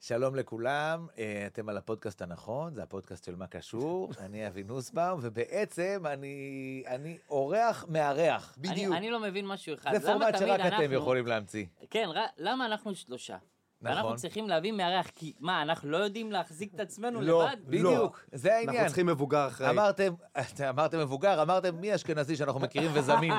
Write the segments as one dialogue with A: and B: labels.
A: שלום לכולם, אה, אתם על הפודקאסט הנכון, זה הפודקאסט של מה קשור, אני אבי נוסבאום, ובעצם אני, אני אורח מארח.
B: אני-
C: בדיוק.
B: אני לא מבין משהו אחד.
A: זה
B: למה
A: פורמט
B: תמיד
A: שרק
B: אנחנו-
A: אתם יכולים להמציא.
B: כן, ר- למה אנחנו שלושה?
A: נכון.
B: אנחנו צריכים להביא מארח, כי מה, אנחנו לא יודעים להחזיק את עצמנו
A: לא,
B: לבד?
A: בדיוק, זה
C: אנחנו
A: העניין.
C: צריכים מבוגר אחראי.
A: אמרתם, אתם אמרתם מבוגר, אמרתם מי אשכנזי שאנחנו מכירים וזמין,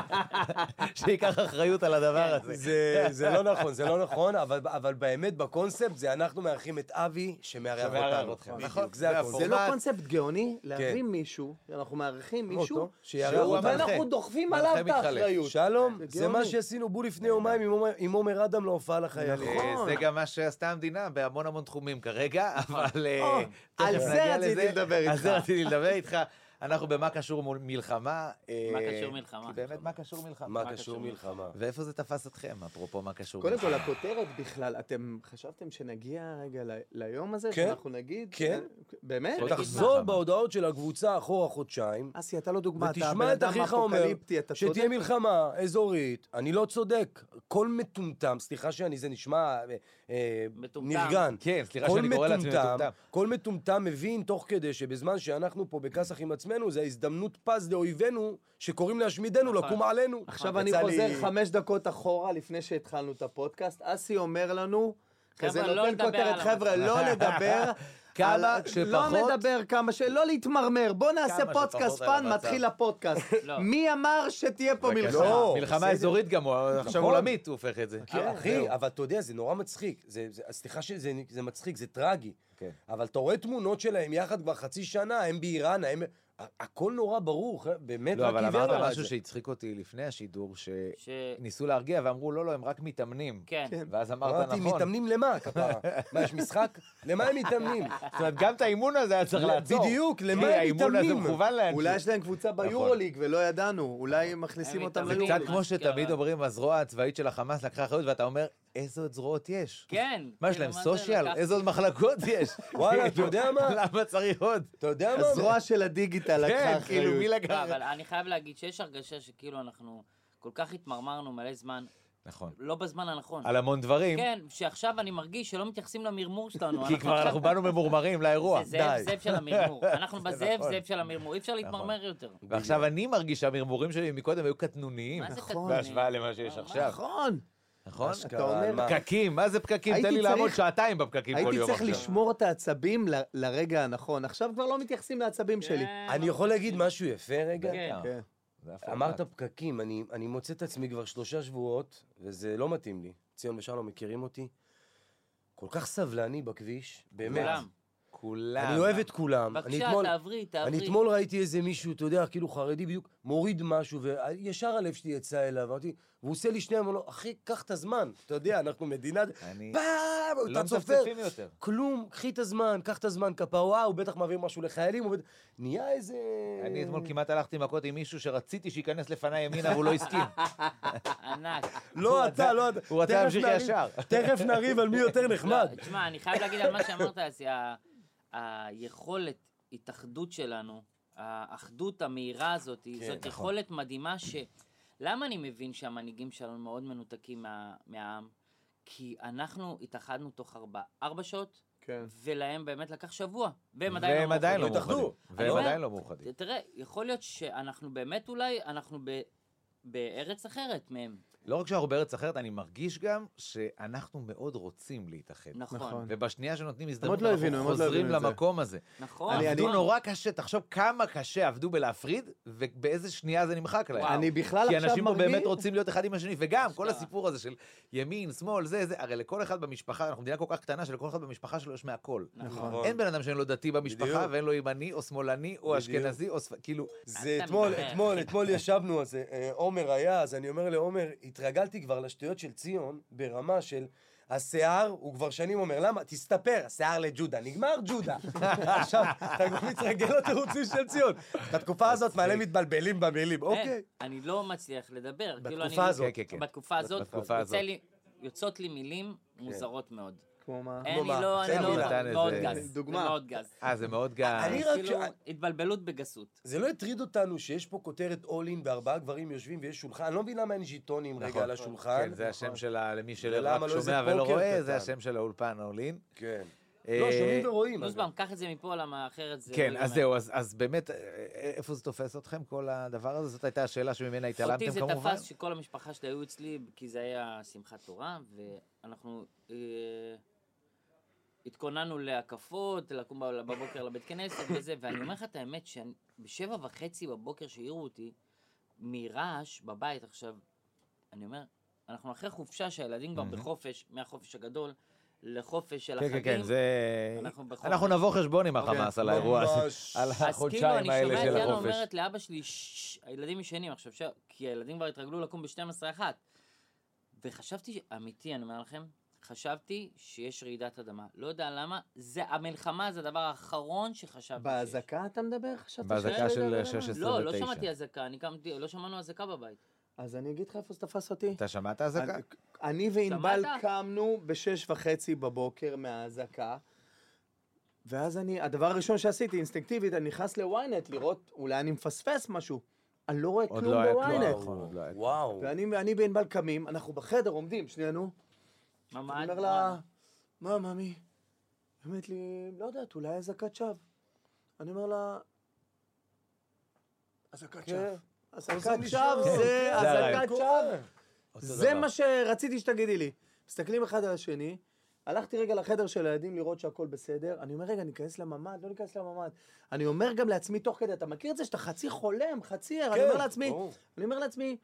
A: שייקח אחריות על הדבר הזה.
C: זה...
D: זה לא נכון, זה לא נכון, אבל, אבל באמת בקונספט זה אנחנו מארחים את אבי שמארח
A: שמארח
D: אותנו.
A: אתכם.
D: בדיוק,
A: נכון, זה
D: זה
A: הפורמט.
D: הקונספט.
C: זה לא קונספט גאוני להביא מישהו, אנחנו מארחים מישהו,
D: כן. אותו, שיארח
A: שהוא
D: אותנו.
A: המנחה.
C: ואנחנו דוחפים
A: מנחה
C: עליו את
A: מתחלף.
C: האחריות.
D: שלום, זה
C: גאוני.
D: מה שעשינו בול לפני יומיים עם עומר- עם עומר אדם להופעה לחיילים.
A: אה,
C: נכון.
A: זה גם מה שעשתה המדינה בהמון המון תחומים כרגע, אבל... אה,
C: או,
A: תכף
C: על זה
A: נגיע
C: רציתי
A: לזה.
C: לדבר
A: על
C: איתך.
A: זה רציתי לדבר איתך. אנחנו במה קשור מול מלחמה. אה,
B: מה קשור מלחמה?
A: כי באמת, מה קשור מלחמה?
D: מה קשור מלחמה?
A: ואיפה זה תפס אתכם, אפרופו מה קשור
C: קודם כל,
A: מלחמה?
C: הכותרת בכלל, אתם חשבתם שנגיע רגע ל- ליום הזה?
D: כן,
C: שאנחנו נגיד?
D: כן.
C: באמת?
A: תגיד
D: תחזור
A: מלחמה.
D: בהודעות של הקבוצה אחורה חודשיים,
C: אסי, אתה לא דוגמא, אתה בן
D: ותשמע את
C: אדם
D: אחיך אומר
C: אפוקליפטי, אתה צודק.
D: שתהיה מלחמה אזורית. אני לא צודק. כל מטומטם, סליחה שאני, זה נשמע אה, אה,
B: מטומטם.
D: נרגן.
A: כן, סליחה
D: כל
A: שאני קורא לעצמי
D: מטומטם,
A: מטומטם.
D: כל מטומטם מבין תוך כדי שבזמן שאנחנו פה בכסח עם עצמנו, זה הזדמנות פז לאויבינו שקוראים להשמידנו,
B: נכון.
D: לקום עלינו.
C: עכשיו אני
D: יצא לי-
C: חוזר חמש דקות אחורה לפני שהתחלנו את הפודקאסט, אסי אומר לנו,
B: חבר'ה,
C: כזה
B: לא
C: נותן
B: נדבר
C: כותרת,
B: על
C: חבר'ה,
B: המצב."
C: לא נדבר.
A: כמה
C: על ה-
A: שפחות-
C: לא נדבר כמה ש... לא להתמרמר, בוא נעשה
A: כמה
C: פודקאסט
A: שפחות על
C: פאן,
A: המצב.
C: מתחיל הפודקאסט.
B: לא.
C: מי אמר שתהיה פה
A: בבקשה.
C: מלחמה?
D: לא,
A: מלחמה
D: בסדר.
A: אזורית גם, הוא- עכשיו
D: נכון.
A: עולמית הוא הופך את זה.
D: כן,
A: זהו.
D: אחי, אבל אתה יודע, זה נורא מצחיק. זה- זה- סליחה שזה זה מצחיק, זה טרגי.
A: כן.
D: אבל אתה רואה תמונות שלהם יחד כבר חצי שנה, הם באיראן, הם... ה- הכל נורא ברור, ח- באמת,
A: לא,
D: רק
A: אבל
D: עיוור
A: אמרת
D: ראה את
A: משהו
D: זה.
A: שהצחיק אותי לפני השידור,
B: ש-
A: שניסו להרגיע ואמרו, לא, לא, הם רק מתאמנים.
B: כן. כן.
A: ואז אמרת
D: אמרתי,
A: נכון.
D: מתאמנים למה, כפרה? מה, יש משחק? למה הם מתאמנים?
A: זאת אומרת, גם את האימון הזה היה צריך לעצור.
D: בדיוק, למה
A: כי
D: הם
A: האימון הזה
D: מתאמנים?
A: מכוון לאנשים.
C: אולי יש להם קבוצה
A: נכון.
C: ביורוליג ולא ידענו, אולי הם מכניסים
B: הם
C: אותם
A: זה
B: מתאמנים.
C: ליורוליג.
A: קצת
B: לא,
A: כמו
B: מה
A: שתמיד
B: שקרה.
A: אומרים, הזרוע הצבאית של החמאס לקחה אחריות, ואתה אומר, איזה עוד זרועות יש?
B: כן.
A: מה יש
B: כאילו,
A: להם,
B: זה
A: סושיאל?
B: לקחתי?
A: איזה עוד מחלקות יש?
D: וואלה, אתה יודע מה?
A: למה צריך עוד?
D: אתה יודע מה?
C: הזרוע של הדיגיטל לקחה
A: כן, כאילו, מי
C: אחריות.
B: לא,
A: לקח?
B: אבל אני חייב להגיד שיש הרגשה שכאילו אנחנו כל כך התמרמרנו מלא זמן,
A: נכון.
B: לא בזמן הנכון.
A: על המון דברים,
B: כן, שעכשיו אני מרגיש שלא מתייחסים למרמור שלנו.
A: כי כבר אנחנו באנו ממורמרים לאירוע,
B: זה זאב
A: די.
B: זאב של המרמור. אנחנו בזאב
A: נכון.
B: זאב של המרמור, אי אפשר להתמרמר יותר.
A: ועכשיו אני מרגיש שהמרמורים שלי מקודם היו קטנוניים,
B: מה זה כן.
C: נכון.
B: קטנוני?
A: בהשוואה למה שיש
B: מה-
A: עכשיו.
C: נכון.
A: נכון?
D: אשכרה,
C: אתה אומר,
D: על מה?
A: פקקים, מה זה פקקים?
C: הייתי
A: תן לי
C: צריך-
A: לעמוד שעתיים בפקקים כל
C: הייתי
A: יום
C: צריך
A: עכשיו.
C: לשמור את העצבים ל- לרגע הנכון, עכשיו כבר לא מתייחסים לעצבים שלי.
A: אה.
B: כן,
D: אני יכול להגיד משהו יפה רגע?
B: כן.
A: בטח.
C: כן.
A: זה הפורמט.
D: אמרת פקקים, אני, אני מוצא את עצמי כבר שלושה שבועות, וזה לא מתאים לי. ציון ושלום מכירים אותי. כל כך סבלני בכביש, באמת.
B: כולם.
A: כולם.
C: לא
D: אני אוהב את כולם. אני
B: בבקשה,
D: אתמול-
B: תעברי, תעברי.
D: אני אתמול ראיתי איזה מישהו, אתה יודע, כאילו חרדי בדיוק, מוריד משהו, וישר הלב שלי יצא אליו, אמרתי, והוא עושה לי שנייה, אמר לו, אחי, קח את הזמן, אתה יודע, אנחנו מדינה...
A: אני-
D: פעם,
A: לא
D: אתה צופר,
A: מצפצפים יותר.
D: כלום, קחי את הזמן, קח את הזמן, כפרה, וואו, הוא בטח מעביר משהו לחיילים, הוא בטח... נהיה איזה...
A: אני אתמול כמעט הלכתי מכות עם מישהו שרציתי שייכנס לפניי ימינה והוא לא הסכים.
B: ענק.
D: לא אתה, לא אתה.
A: הוא רצה
D: תכף
A: להמשיך
D: נריב-
A: ישר.
D: תכף נריב על מי יותר נחמד.
B: לא, תשמע, אני חייב להגיד על מה שאמרת, אז ה- היכולת התאחדות שלנו, האחדות המהירה הזאת,
D: כן,
B: זאת
D: נכון.
B: יכולת מדהימה ש... למה אני מבין שהמנהיגים שלנו מאוד מנותקים מה- מהעם? כי אנחנו התאחדנו תוך ארבע, ארבע שעות,
C: כן.
A: אה,
B: ולהם באמת לקח שבוע, והם עדיין לא
A: והם עדיין לא
B: מאוחדים.
D: התאחדו.
A: מאוחדים.
D: אני
A: והם
B: אומר,
A: עדיין לא מאוחדים.
B: תראה, יכול להיות שאנחנו באמת אולי, אנחנו ב- בארץ אחרת מהם.
A: לא רק שאנחנו בארץ אחרת, אני מרגיש גם שאנחנו מאוד רוצים להתאחד.
B: נכון.
A: ובשנייה שנותנים
C: הם
A: הזדמנות,
C: עוד לא הבינו,
A: אנחנו
C: הם עוד לא
A: חוזרים
C: הבינו את זה.
A: למקום הזה.
B: נכון.
C: אני-
A: עבדו
C: אני-
A: נורא קשה, תחשוב כמה קשה עבדו בלהפריד, ובאיזה שנייה זה נמחק להם.
B: וואו.
C: אני בכלל
A: כי
C: עכשיו
A: אנשים פה באמת
C: מרגיש...
A: רוצים להיות אחד עם השני, וגם כל
B: אשכרה.
A: הסיפור הזה של ימין, שמאל, זה, זה, הרי לכל אחד במשפחה, אנחנו מדינה כל כך קטנה שלכל אחד במשפחה שלו יש מהכל.
C: נכון.
A: אין בן אדם שאין לו דתי במשפחה,
D: בדיוק.
A: ואין לו ימני או שמאלני או אשכנזי או ספ... כאילו,
D: זה
B: אתה
D: אתמול,
B: מדבר.
D: אתמול, אתמול ישבנו, אז אה, עומר היה, אז אני אומר לעומר, התרגלתי כבר לשטויות של ציון ברמה של... השיער, הוא כבר שנים אומר, למה? תסתפר, השיער לג'ודה, נגמר ג'ודה. עכשיו, אתה כבר מתרגל לתירוצים של ציון. בתקופה הזאת מלא מתבלבלים במילים, אוקיי.
B: אין, אני לא מצליח לדבר. כאילו,
D: בתקופה
B: אני-
D: הזאת.
A: כן, כן, כן.
B: בתקופה הזאת,
A: בתקופה כן.
B: יוצא
A: הזאת.
B: לי- יוצאות לי מילים מוזרות מאוד.
C: כמו מה?
B: אני
D: מה?
B: לא,
D: תן
B: אני
A: לי
B: לא,
A: נתן
B: זה מאוד
A: איזה-
B: גס. זה
C: דוגמה.
B: מאוד גס.
A: אה, זה מאוד גס.
D: אני
B: זה
D: רק
B: כאילו
D: ש-
B: התבלבלות בגסות.
D: זה לא הטריד אותנו שיש פה כותרת all in וארבעה גברים יושבים ויש שולחן, אני לא מבין למה אין ז'יטונים רגע
A: נכון.
D: על השולחן. נכון.
A: כן, זה השם שלה, למי שרק
D: ולמה לא איזה
A: שומע ולא
D: פוקר
A: רואה,
D: קטן.
A: זה השם של האולפן, אולין.
D: כן. לא, שומעים
A: אה,
D: ורואים. אגב.
B: נוסבאום, קח את זה מפה, למה אחרת זה...
A: כן,
B: לא
A: אז
B: ייגמר.
A: זהו, אז, אז באמת, אה, איפה זה תופס אתכם, כל הדבר הזה? זאת הייתה השאלה שממנה התעלמתם
B: אותי זה
A: כמובן.
B: תפס שכל המשפחה שלי היו אצלי, כי זה היה שמחת תורה, ואנחנו אה, התכוננו להקפות, לקום ב- בבוקר לבית כנסת וזה, ואני אומר לך את האמת, שבשבע וחצי בבוקר שהעירו אותי, מרעש בבית עכשיו, אני אומר, אנחנו אחרי חופשה שהילדים כבר
A: Mhm.
B: בחופש, מהחופש הגדול לחופש של
A: כן,
B: החגים.
A: כן, כן, זה...
B: אנחנו בחופש.
A: אנחנו נבוא חשבון עם
D: אוקיי.
A: החמאס על
D: לא,
A: האירוע הזה.
D: ממש.
A: על
B: אז כאילו, אני
A: החודשיים האלה
B: שומע את
A: של
B: יאנה
A: החופש.
B: אומרת לאבא שלי, "ששש, הילדים ישנים עכשיו, ש... כי הילדים כבר התרגלו לקום ב-12-1. וחשבתי, ש- אמיתי, אני אומר לכם, חשבתי שיש רעידת אדמה. לא יודע למה, זה, המלחמה זה הדבר האחרון שחשבתי שיש.
C: באזעקה אתה מדבר? חשבת
A: באזעקה
C: שזה
A: של
C: דבר?
A: 16.
B: לא, לא
A: 29.
B: שמעתי אזעקה, אני קמתי, לא שמענו אזעקה בבית.
C: אז אני אגיד לך איפה זה תפס אותי.
A: אתה שמעת אזעקה?
C: אני- אני וענבל
B: שמעת?
C: קמנו בשש וחצי בבוקר מהאזעקה, ואז אני, הדבר הראשון שעשיתי, אינסטינקטיבית, אני נכנס לוויינט לראות, אולי אני מפספס משהו. אני לא רואה
A: עוד
C: כלום
A: לא היה כלום.
C: בוויינט.
A: נכון, עוד לא היה.
D: וואו.
C: ואני ואני וענבל קמים, אנחנו בחדר עומדים, שנינו,
B: ממ"ד,
C: אני אומר
B: וואלה.
C: לה, מה, ממי? היא אומרת לי, לא יודעת, אולי אזעקת שווא. אני אומר לה, אזעקת
D: כן.
C: שווא. לא
D: רוצה
C: אזעקת
D: לישון.
C: שווא זה
A: כן, זה הרעיון.
C: אזעקת שווא.
A: אותו
C: זה
A: דבר.
C: מה שרציתי שתגידי לי. מסתכלים אחד על השני, הלכתי רגע לחדר של הילדים לראות שהכל בסדר, אני אומר, רגע, ניכנס לממ"ד, לא ניכנס לממ"ד. אני אומר גם לעצמי תוך כדי, אתה מכיר את זה שאתה חצי חולם, חצי ער, אני אומר
D: כן,
C: לעצמי,
D: ברור.
C: אני אומר לעצמי,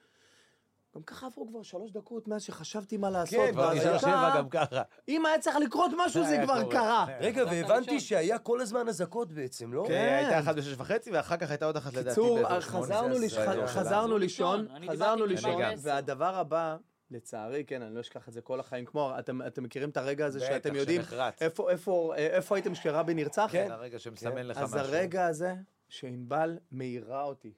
C: גם ככה עברו כבר שלוש דקות מאז שחשבתי מה לעשות.
D: כן,
A: כבר נשאר
D: אבל-
A: שבע גם ככה.
C: אם היה צריך לקרות משהו,
A: זה
C: זה
A: היה
C: כבר
A: קורה.
C: קרה.
D: רגע,
B: הלכת לישון.
D: והבנתי שהיה כל הזמן אזעקות בעצם, לא?
C: כן.
A: הייתה אחת בשש וחצי, ואחר כך הייתה עוד אחת לדעתי
C: קיצור,
A: באזור שמונה.
C: חזרנו
D: זה
C: ליש-
D: הזיה.
C: ח-
B: חזרנו
C: חזרנו לישון,
B: לישון, אני
C: חזרנו
B: דיברתי
C: לישון,
A: עם
B: עשר.
C: והדבר הבא, לצערי, כן, אני לא אשכח את זה כל החיים, כמו, אתם אתם מכירים את הרגע הזה שאתם
A: בטח,
C: יודעים
A: שנחרץ.
C: איפה- איפה איפה הייתם כשרבין נרצח?
A: כן, הרגע שמסמן לך משהו.
C: אז הרגע הזה שענבל מאירה אותי,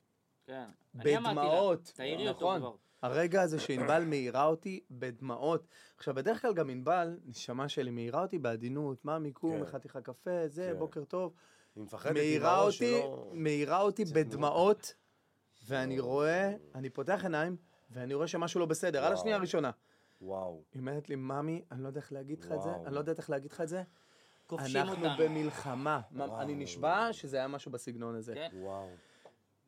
B: כן. אני אמרתי לה,
C: בדמעות.
B: תעירי אותו
C: נכון.
B: כבר.
C: הרגע הזה שענבל מאירה אותי בדמעות. עכשיו, בדרך כלל גם ענבל, נשמה שלי, מאירה אותי בעדינות, מה המיקום,
D: כן.
C: חתיכה קפה, זה,
D: כן.
C: בוקר טוב.
D: היא מפחדת עם
C: מאירה
D: הראש
C: אותי,
D: שלו.
C: מאירה אותי
D: צריך לראות.
C: בדמעות,
D: לא.
C: ואני רואה, אני פותח עיניים, ואני רואה שמשהו לא בסדר, על
D: וואו.
C: השנייה הראשונה.
D: וואו.
C: היא אומרת לי, ממי, אני לא יודע איך להגיד לך את זה,
D: וואו.
C: אני לא יודעת איך להגיד לך את זה.
B: כובשים
C: אנחנו
B: אותנו.
C: במלחמה. ממ-
D: וואו.
C: אני נשבע שזה היה משהו בסגנון הזה.
B: כן.
D: וואו.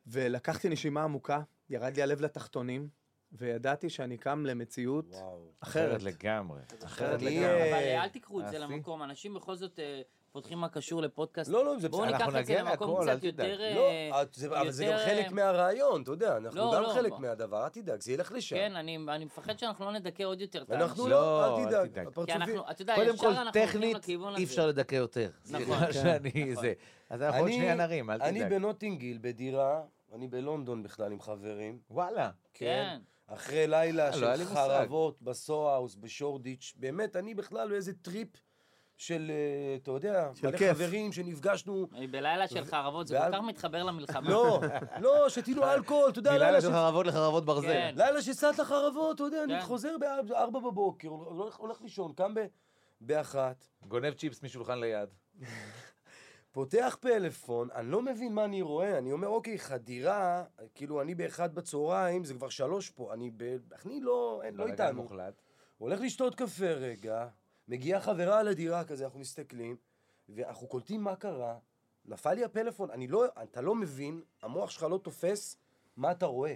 C: ולקחתי נשימה עמוקה, ירד לי הלב לתחתונים, וידעתי שאני קם למציאות
D: וואו.
C: אחרת.
A: לגמרי.
C: אחרת
D: אני,
C: לגמרי.
D: אה,
B: אבל אה, אל תיקחו את זה
A: אסי?
B: למקום, אנשים בכל זאת אה, פותחים מה קשור לפודקאסט.
D: לא, לא, זה
B: בואו
D: בסדר.
B: ניקח
A: אנחנו
B: את זה
A: נגיע
B: למקום
A: להכל, אל
B: קצת
A: תדאג.
B: יותר... אה,
D: לא, את- זה- אבל זה גם
B: יותר,
D: חלק
B: אה,
D: מהרעיון, אתה יודע,
B: לא,
D: אנחנו גם
B: לא,
D: חלק
B: בוא.
D: מהדבר, אל תדאג, זה ילך לשם.
B: כן, אני אני מפחד שאנחנו לא נדכא עוד יותר את האנשים.
D: אנחנו
A: לא,
D: לא,
A: אל
D: אל
A: תדאג.
D: תדאג.
B: כי
D: הפרצופים-
B: אנחנו, אתה יודע, ישר
A: קודם
B: אנחנו
A: כל,
B: הולכים
A: טכנית,
B: לכיוון הזה.
A: אי אפשר לדכא יותר.
B: נכון,
A: נכון. שאני זה. אז אנחנו עוד
D: אני-
A: שנייה נרים, אל
D: אני
A: תדאג.
D: בנוטינגיל, בדירה, אני בלונדון בכלל עם חברים.
A: וואלה.
B: כן.
D: אחרי
A: אה,
D: לילה
A: לא היה לי
D: של
A: מושג.
D: חרבות בסוהאוס, בשורדיץ', באמת, אני בכלל באיזה טריפ של, אה, אתה יודע,
C: של
D: מלא
C: כיף.
D: חברים שנפגשנו.
B: אני בלילה של חרבות, זה
D: ועל-
B: כל כך מתחבר למלחמה.
D: לא, לא, שתינו אלכוהול, אתה יודע,
C: לא,
A: מלילה
D: לילה
A: אה, של
D: ש-
A: חרבות לחרבות ברזל.
B: כן.
D: לילה שסעת לחרבות, אתה יודע, אני
B: כן.
D: חוזר ב-4 בבוקר, הולך- הולך לישון, קם ב- באחת,
A: גונב צ'יפס משולחן ליד.
D: פותח פלאפון, אני לא מבין מה אני רואה, אני אומר, אוקיי, חדירה, כאילו, אני באחד בצהריים, זה כבר שלוש פה, אני ב... אני לא, אין, לא
A: בלגן
D: איתנו.
A: מוחלט.
D: הולך לשתות קפה רגע, מגיעה חברה לדירה כזה, אנחנו מסתכלים, ואנחנו קולטים מה קרה, נפל לי הפלאפון, אני לא, אתה לא מבין, המוח שלך לא תופס מה אתה רואה.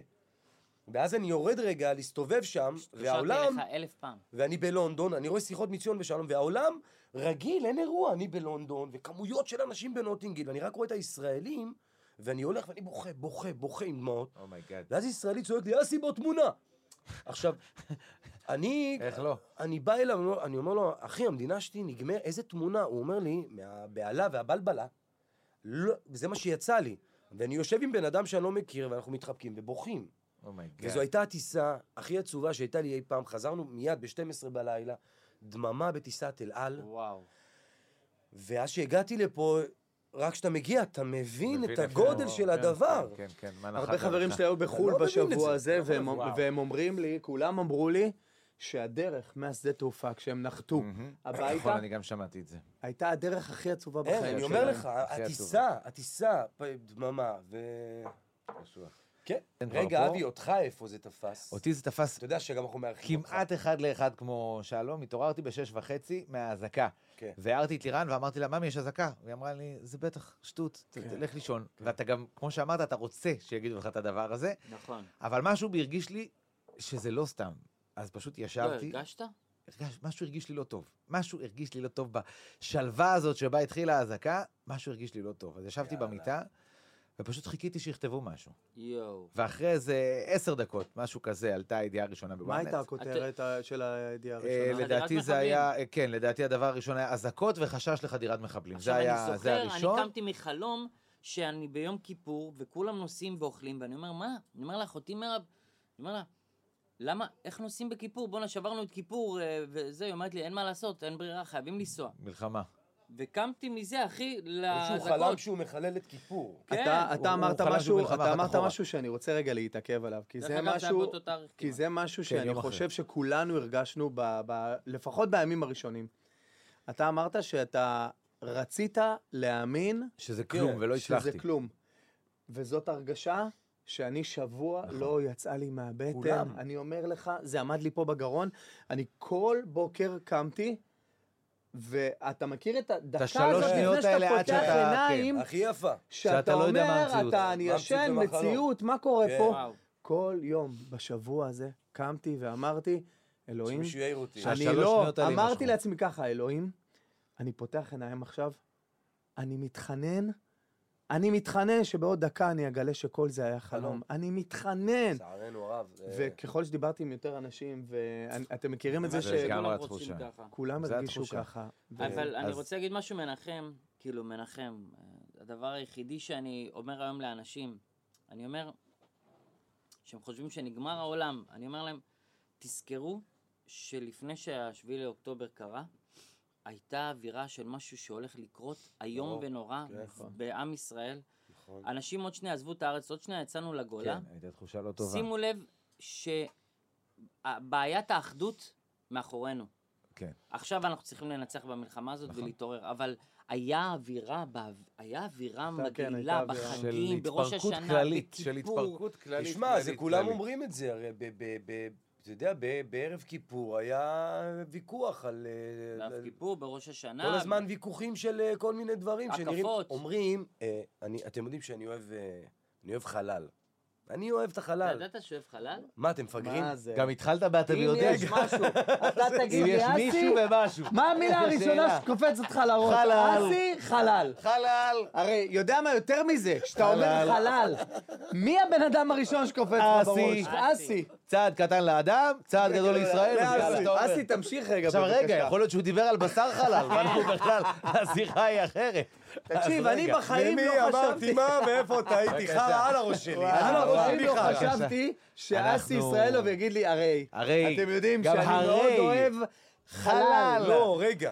D: ואז אני יורד רגע להסתובב שם,
B: התקשרתי
D: והעולם,
B: אליך אלף פעם.
D: ואני בלונדון, אני רואה שיחות מציון ושלום, והעולם רגיל, אין אירוע, אני בלונדון, וכמויות של אנשים בנוטינגיל, ואני רק רואה את הישראלים, ואני הולך ואני בוכה, בוכה, בוכה עם דמעות,
A: Oh אומייגאד.
D: ואז ישראלי צועק לי, אסי, בוא תמונה. עכשיו, אני...
A: איך לא?
D: אני בא אליו, אני אומר- אני אומר לו, אחי, המדינה שלי נגמר, איזה תמונה? הוא אומר לי, מהבהלה והבלבלה, לא, זה מה שיצא לי. ואני יושב עם בן אדם שאני לא מכיר, ואנחנו מתחבקים ובוכים.
A: אומייגאד.
D: וזו הייתה הטיסה הכי עצובה שהייתה לי אי פעם. חזרנו מיד ב-12 בלילה, דממה בטיסת אל על,
B: וואו.
D: ואז שהגעתי לפה, רק כשאתה מגיע, אתה מבין את
A: מבין
D: הגודל
A: איפה-
D: של
A: כן,
D: הדבר.
A: כן, כן, כן, מה נחת
C: הרבה חברים
A: עליך?
C: שלי היו
D: לא
C: בחו"ל
D: מבין את
C: בשבוע
D: זה.
C: הזה, והם-
A: וואו.
C: והם אומרים לי, כולם אמרו לי, שהדרך מהשדה תעופה, כשהם נחתו
A: מהמם. נכון,
C: הביתה,
A: אני גם שמעתי את זה.
C: הייתה הדרך הכי עצובה
D: אין,
C: בחיים
D: אה, אני
C: שלהם.
D: אומר לך,
A: הכי
D: הטיסה, הטיסה, פ- דממה, ו...
A: קשוח.
D: כן.
A: אין כבר
D: רגע,
A: פה.
D: אבי, אותך איפה זה תפס?
A: אותי זה תפס
D: אתה יודע לא שגם אנחנו מארחים אותך.
A: כמעט אחד לאחד כמו שלום, התעוררתי בשש וחצי מהאזעקה.
D: כן.
A: והערתי את לירן ואמרתי לה, ממי, יש אזעקה. והיא אמרה לי, זה בטח, שטות,
D: כן.
A: ת- תלך לישון. ואתה גם, כמו שאמרת, אתה רוצה שיגידו לך את הדבר הזה,
B: נכון.
A: אבל משהו בי הרגיש לי שזה לא סתם. אז פשוט
B: לא,
A: ישבתי,
B: הרגשת?
A: הרגש- משהו הרגיש לי לא טוב. משהו הרגיש לי לא טוב בשלווה הזאת שבה התחילה האזעקה, משהו הרגיש לי לא טוב. אז ישבתי
D: יאללה.
A: במיטה, ופשוט חיכיתי שיכתבו משהו.
B: יואו.
A: ואחרי איזה עשר דקות, משהו כזה, עלתה הידיעה הראשונה
C: מה
A: בוויינט.
C: הייתה הכותרת ה- של הידיעה
A: אה,
C: הראשונה?
B: חדירת
A: לדעתי זה
B: מחבלים.
A: היה, אה, כן, לדעתי הדבר הראשון היה אזעקות וחשש לחדירת מחבלים. זה היה, זה
B: עכשיו, אני זוכר,
A: הראשון.
B: אני קמתי מחלום שאני ביום כיפור, וכולם נוסעים ואוכלים, ואני אומר, מה? אני אומר לאחותי מירב, אני אומר לה, למה, איך נוסעים בכיפור? בואנה, שברנו את כיפור, אה, וזה, היא אומרת לי, אין מה לעשות, אין ברירה, חייבים לנסוע.
A: מלחמה.
B: וקמתי מזה, אחי,
D: מישהו
B: לאזעקות.
D: חלם שהוא מחלל את כיפור.
B: כן.
C: אתה,
A: הוא-
C: אתה אמרת
A: הוא חלש
C: משהו,
A: במלחמה
C: אתה
A: אחת
C: אמרת
A: אחורה.
C: משהו שאני רוצה רגע להתעכב עליו, כי
B: דרך
C: זה
B: אגב, היה
C: משהו,
B: באותו תאריך
C: כי
B: כמעט.
C: זה משהו שאני
A: כן, יום אחרי.
C: חושב שכולנו הרגשנו, ב, ב, לפחות בימים הראשונים. אתה אמרת שאתה רצית להאמין
A: שזה כלום, ולא לא הצלחתי.
C: שזה כלום. וזאת הרגשה שאני שבוע
A: נכון.
C: לא יצאה לי מהבטן.
D: כולם.
C: אני אומר לך, זה עמד לי פה בגרון. אני כל בוקר קמתי, ואתה מכיר את הדקה
A: השלוש
C: הזאת לפני
A: שניות האלה
C: שאתה
A: עד
C: פותח
A: שאתה- כן.
C: עיניים,
D: הכי יפה.
A: שאתה
C: שאתה
A: לא יודע מה
C: אומר,
A: המציאות.
C: אתה, אני
D: מה המציאות
C: ישן,
D: ומה החלום.
C: מציאות, מה קורה
D: כן.
C: פה?
B: וואו.
C: כל יום בשבוע הזה קמתי ואמרתי, אלוהים,
D: שמישהו יעיר אותי.
A: שאני-
C: אני
A: שהשלוש
C: לא,
A: שניות האלה
C: אמרתי
A: יימשכו.
C: לעצמי ככה, אלוהים, אני פותח עיניים עכשיו, אני מתחנן, אני מתחנן שבעוד דקה אני אגלה שכל זה היה חלום.
D: חלום.
C: אני מתחנן.
D: לצערנו הרב. זה-
C: וככל שדיברתי עם יותר אנשים, ואתם מכירים את זה כן,
A: זה גם-
C: שכולם
B: כולם
A: התחושה.
B: רוצים ככה.
A: זה
C: הרגישו
A: התחושה.
C: ככה. ו-
B: אבל אני
A: אז-
B: רוצה להגיד משהו מנחם, כאילו מנחם, אה, הדבר היחידי שאני אומר היום לאנשים, אני אומר, שהם חושבים שנגמר העולם, אני אומר להם, תזכרו שלפני שהשביעי לאוקטובר קרה, הייתה אווירה של משהו שהולך לקרות איום
D: ברור,
B: ונורא
D: כן.
B: בעם ישראל.
D: נכון.
B: אנשים עוד שנייה עזבו את הארץ, עוד שנייה יצאנו לגולה.
A: כן, הייתה תחושה לא טובה.
B: שימו לב שבעיית האחדות מאחורינו.
A: כן.
B: עכשיו אנחנו צריכים לנצח במלחמה הזאת
A: נכון.
B: ולהתעורר, אבל היה אווירה, באב- היה אווירה
C: הייתה- כן,
B: מגעילה
C: הייתה אווירה.
A: של
B: בחגים, בראש
A: התפרקות
B: השנה,
A: כללית, של
B: בכיפור.
A: התפרקות כללית.
D: תשמע, זה
A: כללית,
D: כולם
A: כללית.
D: אומרים את זה, הרי ב... ב- ב- אתה יודע, ב- בערב כיפור היה ויכוח על... אה,
B: באב כיפור, בראש השנה.
D: כל הזמן ויכוחים של אה, כל מיני דברים שנראים...
B: הקפות.
D: אומרים, אה, אני- אתם יודעים שאני אוהב אה, אני אוהב חלל. אני אוהב את
B: אתה
D: החלל.
B: ידעת שאוהב חלל?
D: מה, אתם מפגרים? אה,
C: מה זה?
A: גם התחלת ב... אתה
C: אם
A: יודע.
C: יש משהו, אתה תגיד
A: אם
C: לי,
A: יש
C: אסי,
A: מישהו ומשהו.
C: מה המילה
A: איזה
C: הראשונה
A: שאלה.
C: שקופצת לך לראש?
A: חלל.
C: אסי, חלל.
A: חלל!
C: הרי יודע מה יותר מזה, כשאתה אומר
A: חלל.
C: חלל, מי הבן אדם הראשון שקופץ לך
A: אסי.
C: בראש? אסי.
A: צעד קטן לאדם, צעד גדול לישראל.
D: לא,
A: וזה מה שאתה אומר.
C: אסי, תמשיך רגע,
A: עכשיו
C: בבקשה.
A: רגע, יכול להיות שהוא דיבר על בשר חלל, אבל הוא בכלל, השיחה היא אחרת.
C: תקשיב,
A: אז
C: אני
A: רגע.
C: בחיים לא
D: למי
C: חשבתי.
D: אמרתי מה ואיפה טעיתי?
A: בבקשה.
D: חרא על הראש שלי. על
C: אני
D: הראש
A: וואי,
C: בחיים
D: שלי
C: לא
A: וואי,
D: חרא.
A: בבקשה.
C: חשבתי שאסי
A: אנחנו-
C: ישראלוב יגיד לי, הרי,
A: הרי,
C: אתם יודעים
A: גם
C: שאני
A: הרי.
C: מאוד אוהב חלל.
A: חלל.
D: לא, רגע.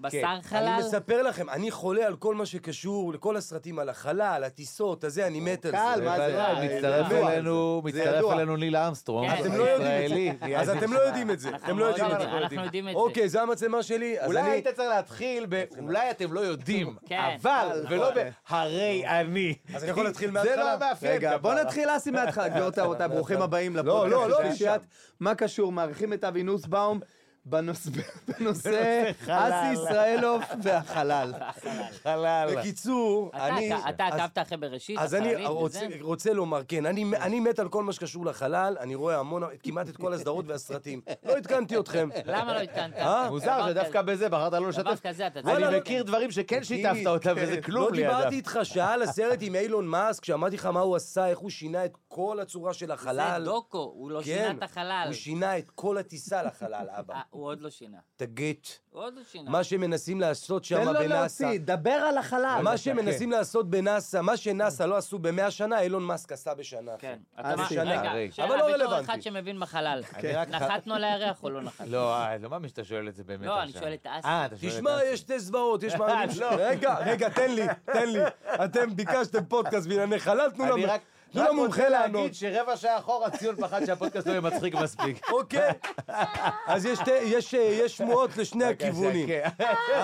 B: בשר חלל?
D: כן. אני מספר לכם, אני חולה על כל מה שקשור לכל הסרטים על החלל, הטיסות, הזה, אני מת על זה.
C: קל, מה זה?
A: בוודאי,
C: אה,
A: מצטרף
C: זה ידוע.
A: אלינו, מצטרף
C: ידוע.
A: אלינו ליל ארמסטרונג,
B: כן. אתם לא
D: יודעים את
A: ישראלי.
D: אז אתם לא יודעים את זה,
B: אנחנו
D: אתם לא
B: מאוד
D: יודעים את
B: יודעים,
D: זה.
B: אנחנו יודעים את זה.
D: אוקיי, זו המצלמה שלי, אז
A: אולי
D: אני...
A: היית צריך להתחיל ב... אולי אתם לא יודעים,
B: כן.
A: אבל, ולא ב...
C: נכון.
A: הרי אני.
D: אז אני יכול להתחיל
A: זה לא
D: מההתחלה?
A: המאפיין.
C: רגע, כן, בוא
A: דבר.
C: נתחיל אסי מההתחלה, גבירותי ורבותיי, ברוכים הבאים
D: לא, לא,
C: לפודקאסט
D: לא
C: של שלישיית
D: משם.
C: מה קשור, מארחים את אבי נוסבאום בנושא- בנושא
A: חלל.
C: אסי ישראלוף והחלל.
A: חלל.
D: בקיצור,
B: אתה-
D: אני...
B: אתה- אתה
D: אז-
B: עקבת אחרי בראשית,
D: אז אני
B: החללית
D: רוצה,
B: וזה?
D: רוצה לומר, כן, אני, אני מת על כל מה שקשור לחלל, אני רואה המון, כמעט את כל הסדרות והסרטים. לא עדכנתי אתכם.
B: למה לא עדכנת?
D: אה?
A: מוזר
B: דבר
A: שדווקא בזה בחרת לא
B: דבר
A: לשתף.
B: כזה אתה
A: אני
B: צריך.
A: מכיר דברים שכן שיתפת
D: תגיד,
A: אותם,
D: לא. כן.
A: וזה כלום
D: לא דיברתי
A: לידם.
D: איתך שעה על הסרט עם אילון מאסק, כשאמרתי לך מה הוא עשה, איך הוא שינה את כל הצורה של החלל.
B: זה דוקו, הוא לא
D: כן,
B: שינה את החלל.
D: הוא שינה את כל הטיסה לחלל, אבא.
B: אה, הוא עוד לא שינה.
D: תגט.
B: הוא עוד לא שינה.
D: מה שמנסים לעשות שם
C: תן לו
D: בנאסא.
C: להוציא, דבר על החלל.
D: מה שמנסים
C: כן.
D: לעשות בנאסא, מה שנאסא לא עשו במאה שנה, אילון מאסק עשה בשנה. אחי.
B: כן. אתה
C: אז
B: מה-
C: שינה,
B: רגע,
A: הרי.
B: שאלה
D: אבל לא
B: בתור אחד
D: רלוונטי.
B: שמבין בחלל.
A: אני רק-
B: נחתנו על הירח או לא נחתנו?
A: לא, אה, לא מאמין שאתה שואל את זה באמת עכשיו.
B: לא, אני שואל את אסי.
A: אה, אתה שואל את
D: תשמע,
A: אסי.
D: יש שתי זוועות, יש
A: לא.
D: מאמינים ש... רגע, רגע, תן לי, תן לי. אתם ביקשתם פודקאסט בענייני חלל, תנו
A: אני
D: לנו.
A: רק-
D: תנו למומחה לענות.
A: להגיד שרבע שעה אחורה ציון פחד שהפודקאסט לא יהיה מצחיק מספיק.
D: אוקיי, אז יש שתי- יש, אה, יש שמועות לשני
A: בבקשה,
D: הכיוונים.
A: כן.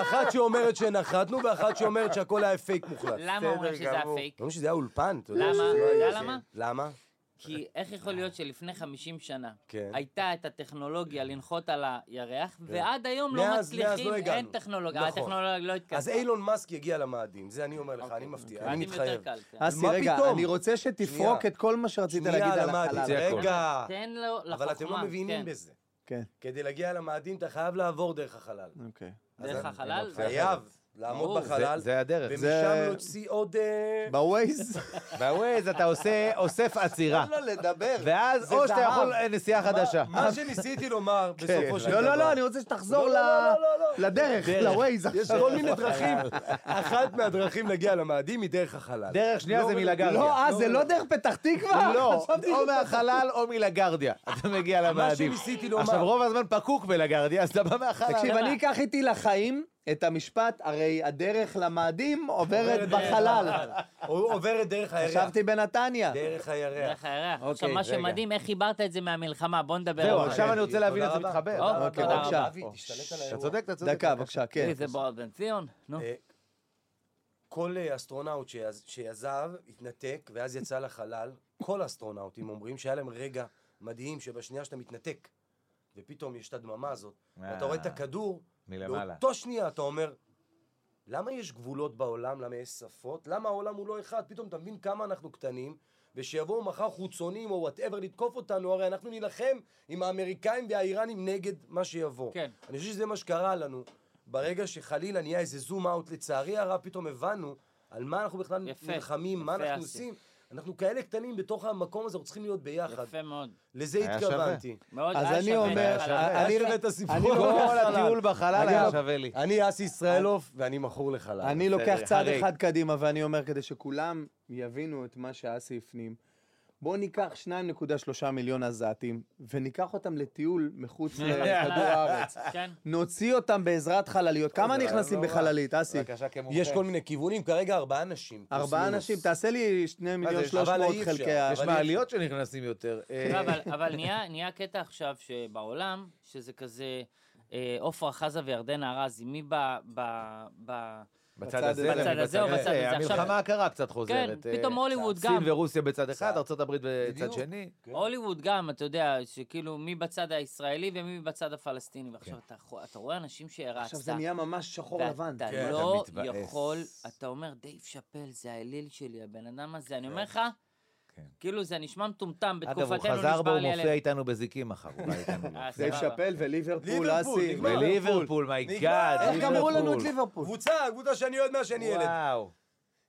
D: אחת שאומרת שנחתנו, ואחת שאומרת שהכל היה פייק מוחלט.
B: למה אומרים שזה
A: גמור.
B: הפייק?
D: אומרים שזה היה אולפן, אתה יודע.
B: למה?
D: שזה לא
B: אתה
D: היה
B: יודע
D: זה.
B: למה?
D: למה?
B: כי איך יכול להיות שלפני 50 שנה
D: כן.
B: הייתה את הטכנולוגיה לנחות על הירח, ועד היום לא
D: מאז- מאז לא
B: מצליחים,
D: הגענו.
B: אין טכנולוגיה,
D: נכון.
B: הטכנולוגיה לא
D: אז
B: התקדמה.
D: אילון מאסק יגיע למאדים, זה אני אומר לך, אני
B: אוקיי.
D: מבטיח,
B: ואז
D: אני
B: אם יותר
D: מתחייב.
B: קל, כן.
C: אסי,
D: מה
C: רגע,
D: פתאום?
C: אני רוצה שתפרוק
D: שנייה.
C: את כל מה שרצית
D: שנייה,
C: להגיד על
D: למאדים,
C: החלל.
A: זה הכל.
D: רגע.
B: תן לו כן. לחוכמה.
D: אבל אתם לא מבינים
B: כן.
D: בזה.
C: כן,
D: כדי להגיע למאדים אתה חייב לעבור דרך החלל.
C: אוקיי.
B: דרך
D: אז
B: החלל?
A: זה
D: חייב
A: אחרת.
D: לעמוד
B: ברור.
D: בחלל,
A: זה- כן, זה הדרך.
D: ומשם
C: זה-
D: להוציא עוד... אה,
C: בווייז?
A: בווייז אתה עושה, אוסף עצירה.
D: תן לו לא לדבר.
A: ואז
D: זה
A: או שאתה
D: זהב.
A: יכול אה, נסיעה
D: מה-
A: חדשה.
D: מה שניסיתי לומר בסופו של דבר...
C: לא, לא, לא, אני רוצה שתחזור
D: לא,
C: ל-
D: לא, לא, לא, לא.
C: לדרך,
D: דרך.
C: לווייז
D: יש
C: עכשיו.
D: כל מיני דרכים. אחת מהדרכים להגיע למאדים היא דרך החלל.
A: דרך שנייה
D: לא אה,
A: זה
D: מל-
A: מילגרדיה.
C: לא, אה, זה לא דרך פתח תקווה?
A: לא,
C: חשבתי-
A: או מהחלל או מלגרדיה. אתה מגיע למאדים.
D: שניסיתי לומר-
A: עכשיו, רוב הזמן פקוק בלגרדיה, אז אתה בא
D: לא.
A: מהחלל.
C: תקשיב, אני אקח איתי לחיים את המשפט, הרי הדרך למאדים עוברת
D: עוברת דרך
C: בחלל.
D: החלל. או- עוברת דרך הירח.
C: חשבתי בנתניה.
D: דרך הירח.
B: דרך הירח. אה, עכשיו,
C: אוקיי,
B: מה
C: רגע.
B: שמדהים, איך חיברת את זה מהמלחמה, בוא נדבר
A: זהו,
B: על זה.
A: עכשיו אני רוצה להבין איך זה
D: תודה רבה.
A: מתחבר.
B: אוקיי,
A: אה,
B: אוקיי, תודה
C: בבקשה.
B: רבה.
D: אבי, תשתלט על
A: אתה
D: האירוע.
A: צודק, אתה צודק.
C: דקה, בבקשה, כן.
B: אה, זה בועז בן ציון? נו.
D: אה, כל אה, אסטרונאוט שיז- שיזב, התנתק, ואז יצא לחלל, כל האסטרונאוטים אומרים שהיה להם רגע מדהים שבשנייה שאתה מתנתק, ופתאום יש את הדממה הזאת,
A: אה.
D: ואתה רואה את הכדור,
A: מלמעלה.
D: באותו שנייה אתה אומר, למה יש גבולות בעולם? למה יש שפות? למה העולם הוא לא אחד? פתאום אתה מבין כמה אנחנו קטנים, ושיבואו מחר חוצונים או וואטאבר לתקוף אותנו, הרי אנחנו נילחם עם האמריקאים והאיראנים נגד מה שיבוא.
B: כן.
D: אני חושב שזה מה שקרה לנו. ברגע שחלילה נהיה איזה זום אאוט, לצערי הרב, פתאום הבנו על מה אנחנו בכלל
B: יפה,
D: נלחמים, מה
B: יפה,
D: אנחנו
B: אסי.
D: עושים. אנחנו כאלה קטנים בתוך המקום הזה, אנחנו צריכים להיות ביחד.
B: יפה מאוד.
D: לזה
A: היה שווה. אה,
D: התכוונתי.
B: מאוד
C: אז
B: היה
C: אני
B: שווה.
C: אומר,
A: היה שווה.
C: אני-
D: היה
B: לא
D: שווה את הסיפור.
C: אני
A: כל
C: לוקח-
A: הטיול בחלל
C: אני
A: היה
C: לא-
A: שווה לי.
D: אני אסי ישראלוף, ואני מכור לחלל.
C: אני לוקח
A: בסדר,
C: צעד
A: חריג.
C: אחד קדימה ואני אומר, כדי שכולם יבינו את מה שאסי הפנים, בואו ניקח 2.3 מיליון עזתים וניקח אותם לטיול מחוץ לכדור הארץ.
B: כן.
C: נוציא אותם בעזרת חלליות. כמה
A: זה רעיון
C: נכנסים
A: לא רע.
C: בחללית, אסי?
A: בבקשה, כמומחה.
D: יש כל מיני כיוונים, כרגע ארבעה אנשים. פלוס
C: ארבעה
D: מינוס.
C: אנשים, תעשה לי 2 מיליון
D: זה-
C: 300
D: אבל אי אפשר.
C: חלקי ה...
A: יש
D: אבל יש-
A: מעליות שנכנסים יותר. אה,
B: לא, אבל- אבל נהיה- נהיה קטע עכשיו שבעולם, שזה כזה אה, עופרה חזה וירדנה ארזי, מי ב- ב- ב...
A: בצד הזה,
C: בצד
A: ומי
B: הזה או בצד הזה.
A: אה,
B: עכשיו-
A: המלחמה הקרה קצת חוזרת.
B: כן, פתאום
A: אה,
B: הוליווד גם.
A: סין ורוסיה בצד אחד,
D: צעד.
A: ארה"ב בצד
D: בדיוק.
A: שני.
D: כן.
B: הוליווד גם, אתה יודע, שכאילו מי בצד הישראלי ומי בצד הפלסטיני.
A: כן.
B: ועכשיו אתה חו- אתה רואה אנשים שהרצת.
C: עכשיו זה נהיה ממש שחור לבן.
B: ואתה
D: כן,
B: לא
A: אתה מתבאס.
B: יכול, אתה אומר, דייב שאפל זה האליל שלי, הבן אדם הזה, אני אומר לך,
A: כן.
B: כאילו זה נשמע מטומטם,
A: אגב, הוא
B: בתקופתנו
A: חזר בו,
B: נשבע
A: הוא
B: לי
A: מופיע
B: עליהם.
A: איתנו בזיקים מחר, הוא בא איתנו.
B: אה,
A: זה
C: דייב
B: סבבה.
C: שאפל וליברפול,
D: ליברפול,
C: אסי.
D: נגמר.
A: וליברפול, מי
D: נגמר.
A: גאד,
D: איך
C: איך גמרו לנו את ליברפול?
D: קבוצה, קבוצה שאני אוהד מאז שאני ילד.
A: וואו.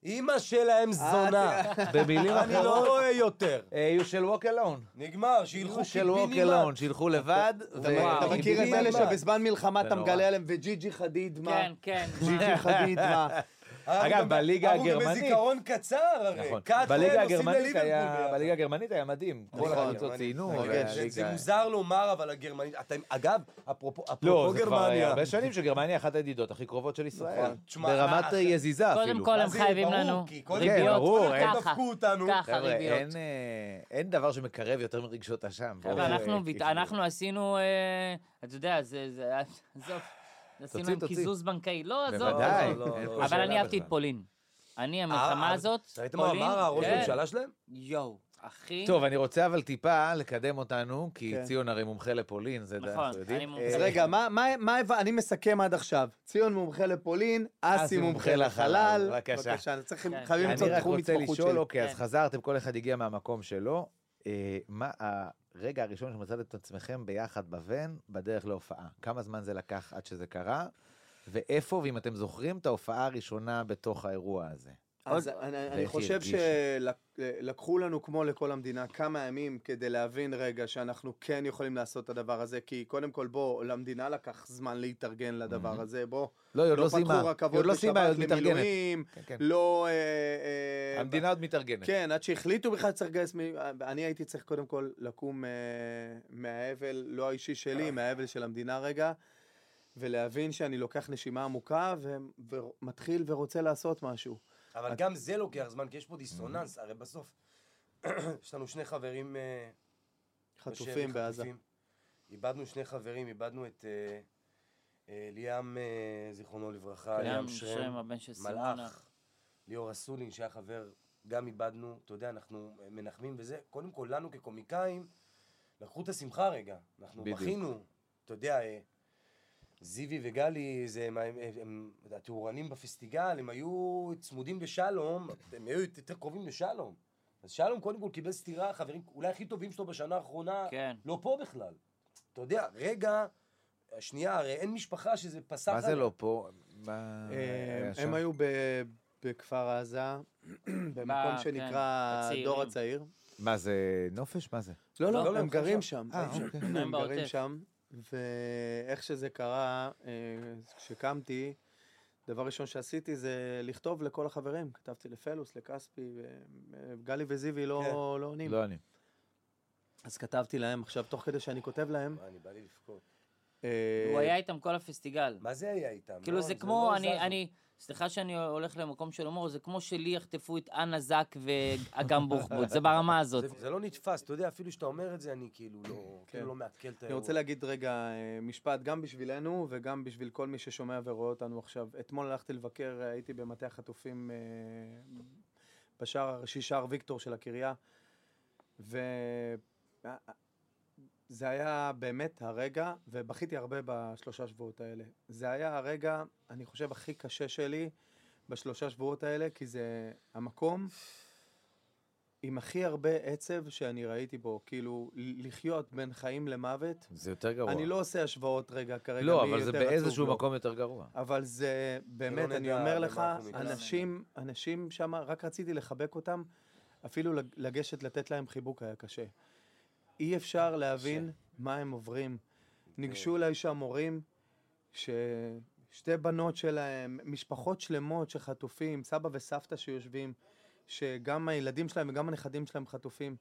D: אימא
A: אה,
D: שלהם זונה.
A: במילים
D: אני לא
A: אחרות,
D: רואה יותר.
A: אה, you shall walk alone.
D: נגמר,
A: You
D: שילכו
A: shall walk alone, שילכו לבד. ו-
C: אתה מכיר את
A: קיבינימט.
C: אלה שבזמן מלחמה
A: זה
C: אתה
A: נורא.
C: מגלה עליהם, וג'י ג'י חדיד, מה?
B: כן, כן. מה?
C: ג'י חדיד, מה?
D: אה,
A: אגב, בליגה
D: אנחנו
A: הגרמנית-
D: בזיכרון קצר, הרי.
A: נכון.
D: קאטלה
A: בליגה
D: נוסעים
A: הגרמנית
D: לליברפול
A: היה-
D: ביחד.
A: בליגה הגרמנית היה מדהים. כל
C: נכון,
A: הקבוצות
D: גרמנית.
A: ציינו. אה,
D: רגע,
A: והליגה-
D: זה- זה מוזר לומר, אבל הגרמנית... אתם- אגב, אפרופו
A: לא,
D: אפרופו
A: זה כבר היה
D: גרמניה.
A: הרבה שנים שגרמניה אחת הידידות הכי קרובות של ישראל.
D: נכון. תשמע,
A: ברמת
D: מה-
A: יזיזה אפילו.
B: קודם כל
D: מה
B: הם
D: זה,
B: חייבים
D: ברור,
B: לנו
D: כי קודם-
A: כן, ברור,
B: ריביות,
A: אין-
B: ככה,
D: דפקו אותנו.
B: ככה
A: חבר'ה,
B: ריביות.
A: אין, אה, אין דבר שמקרב יותר מרגשות אשם.
B: חבר'ה,
D: אוקיי,
A: בואו,
B: אנחנו
A: אה,
B: ויט-
A: כאילו.
B: אנחנו עשינו, אה, אתה יודע, זה, זה, עזוב, עשינו עם
A: תוציא.
B: קיזוז בנקאי, לא, עזוב,
A: בוודאי.
B: עזוב.
D: לא,
A: אין
D: לא,
A: פה
D: לא.
B: אבל
A: שאלה
B: אני אהבתי את
A: בכלל.
B: פולין. אני,
D: אה,
B: המלחמה הזאת,
D: אתה
B: פולין,
D: ראית מה אמר הראש
B: כן.
D: הממשלה שלהם?
B: יואו, אחי,
A: טוב, אני רוצה אבל טיפה לקדם אותנו, כי
C: כן.
A: ציון הרי מומחה לפולין, זה
B: נכון,
A: אנחנו
B: אני
A: יודעים.
B: מומחה.
A: אה,
C: אז רגע, מה- מה- מה הבנ- אני מסכם עד עכשיו. ציון מומחה לפולין, אסי מומחה לחלל.
A: בבקשה.
C: אני צריך
B: כן.
C: חייבים
A: אני
C: למצוא
A: רק
C: תחום
A: רוצה
C: התמחות
A: לשאול,
C: שלי.
A: אוקיי, אז
B: כן.
A: חזרתם, כל אחד הגיע מהמקום שלו. אה, מה הרגע הראשון שמצאתם את עצמכם ביחד בוון, בדרך להופעה? כמה זמן זה לקח עד שזה קרה? ואיפה, ואם אתם זוכרים, את ההופעה הראשונה בתוך האירוע הזה?
C: אז אני אני
A: ואיך היא
C: חושב
A: הרגישה?
C: שלקחו לנו, כמו לכל המדינה, כמה ימים כדי להבין רגע שאנחנו כן יכולים לעשות את הדבר הזה, כי קודם כל, בוא, למדינה לקח זמן להתארגן לדבר
A: Mhm.
C: הזה, בוא.
A: לא, היא עוד לא סיימה.
C: פתחו
A: היא עוד
C: רכבות
A: לא סיימה, היא
C: בשבת
A: עוד מתארגנת.
C: למילואים,
A: כן, כן.
C: לא... אה, אה,
A: המדינה עוד מתארגנת.
C: כן, עד שהחליטו בכלל שצריך לגייס, מ- אני הייתי צריך קודם כל לקום אה, מהאבל, לא האישי
B: אה.
C: שלי, מהאבל של המדינה רגע, ולהבין שאני לוקח נשימה עמוקה ו- ומתחיל ורוצה לעשות משהו.
D: אבל גם זה לוקח זמן, כי יש פה דיסוננס, הרי בסוף יש לנו שני חברים... אה,
C: חטופים בעזה.
D: חטופים. איבדנו שני חברים, איבדנו את אה, אה, ליאם, אה, זיכרונו לברכה,
B: ים
D: ליאם שרם,
B: שרם, הבן של סימונה.
D: מלאך, ליאור אסולין, שהיה חבר, גם איבדנו, אתה יודע, אנחנו מנחמים וזה, קודם כל לנו כקומיקאים, לקחו את השמחה רגע, אנחנו
A: בדיוק.
D: בכינו, אתה יודע, אה, זיוי וגלי, זה, הם, הם, הם התאורנים בפסטיגל, הם היו צמודים לשלום, הם היו יותר קרובים לשלום. אז שלום קודם כל קיבל סטירה, החברים אולי הכי טובים שלו בשנה האחרונה,
B: כן.
D: לא פה בכלל. אתה יודע, רגע, שנייה, הרי אין משפחה שזה פסח
A: מה זה
D: עליה.
A: לא פה? מה
C: אה,
A: היה
C: הם
A: שם?
C: היו ב- בכפר עזה, במקום
B: כן,
C: שנקרא
B: הצעירים.
C: דור הצעיר.
A: מה זה נופש? מה זה?
C: לא,
B: לא,
C: לא,
D: לא,
C: הם
D: הם
C: גרים שם.
D: שם.
A: אה, אוקיי.
C: הם
B: בעוטף.
C: גרים שם, ואיך שזה קרה, אה, כשקמתי, דבר ראשון שעשיתי זה לכתוב לכל החברים. כתבתי לפלוס, לכספי, ו- גלי וזיוי
D: כן.
C: לא לא עונים.
A: לא אני.
C: אז כתבתי להם, עכשיו, תוך כדי שאני כותב להם,
D: מה, אני בא לי לבכות.
C: אה,
B: הוא היה איתם כל הפסטיגל.
D: מה זה היה איתם?
B: כאילו
D: לא,
B: זה כמו,
D: לא
B: אני,
D: זזו.
B: אני, סליחה שאני הולך למקום של הומור, זה כמו שלי יחטפו את אנה זק ואגם בוחבוט, זה ברמה הזאת.
D: זה, זה לא נתפס, אתה יודע, אפילו שאתה אומר את זה, אני כאילו לא,
C: כן.
D: כאילו לא מעכל את האירוע.
C: אני רוצה להגיד רגע אה, משפט גם בשבילנו וגם בשביל כל מי ששומע ורואה אותנו עכשיו. אתמול הלכתי לבקר, אה, הייתי במטה החטופים אה, בשער הראשי, שער ויקטור של הקריה, וזה היה באמת הרגע, ובכיתי הרבה בשלושה שבועות האלה. זה היה הרגע, אני חושב, הכי קשה שלי בשלושה שבועות האלה, כי זה המקום עם הכי הרבה עצב שאני ראיתי בו, כאילו, ל- לחיות בין חיים למוות.
A: זה יותר גרוע.
C: אני לא עושה השוואות רגע כרגע,
A: אה. לא,
C: מי
A: אבל זה
C: יותר עצוב
A: באיזשהו
C: לו.
A: מקום יותר גרוע.
C: אבל זה באמת,
D: נדע
C: אני אומר
D: במה
C: לך,
D: אנחנו מתעסקים.
C: אנשים, אנשים שם, רק רציתי לחבק אותם, אפילו לג- לגשת לתת להם חיבוק היה קשה. אי אפשר להבין מה הם עוברים. ניגשו אליי שם מורים, ששתי בנות שלהם, משפחות שלמות שחטופים, סבא וסבתא שיושבים, שגם הילדים שלהם וגם הנכדים שלהם חטופים.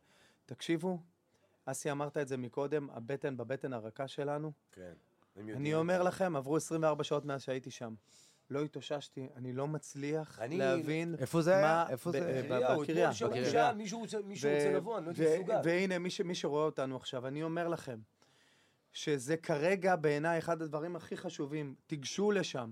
C: תקשיבו, אסי אמרת את זה מקודם, הבטן בבטן הרכה שלנו.
D: כן, הם יודעים.
C: אני אומר לכם, עברו 24 שעות מאז שהייתי שם. לא התאוששתי, אני לא מצליח
D: אני-
C: להבין
A: איפה זה
C: מה-
A: היה? איפה
C: ב-
A: זה היה?
C: ב-
D: בקריה, הוא
C: אה, בקריה,
D: אתמול שאלו, הוא
A: בקריה.
D: שאל, מישהו רוצה מישהו רוצה
C: ו-
D: לבוא, אני לא
C: ו-
D: הייתי מסוגל.
C: והנה, מי, ש, מי שרואה אותנו עכשיו, אני אומר לכם, שזה כרגע בעיניי אחד הדברים הכי חשובים. תיגשו לשם,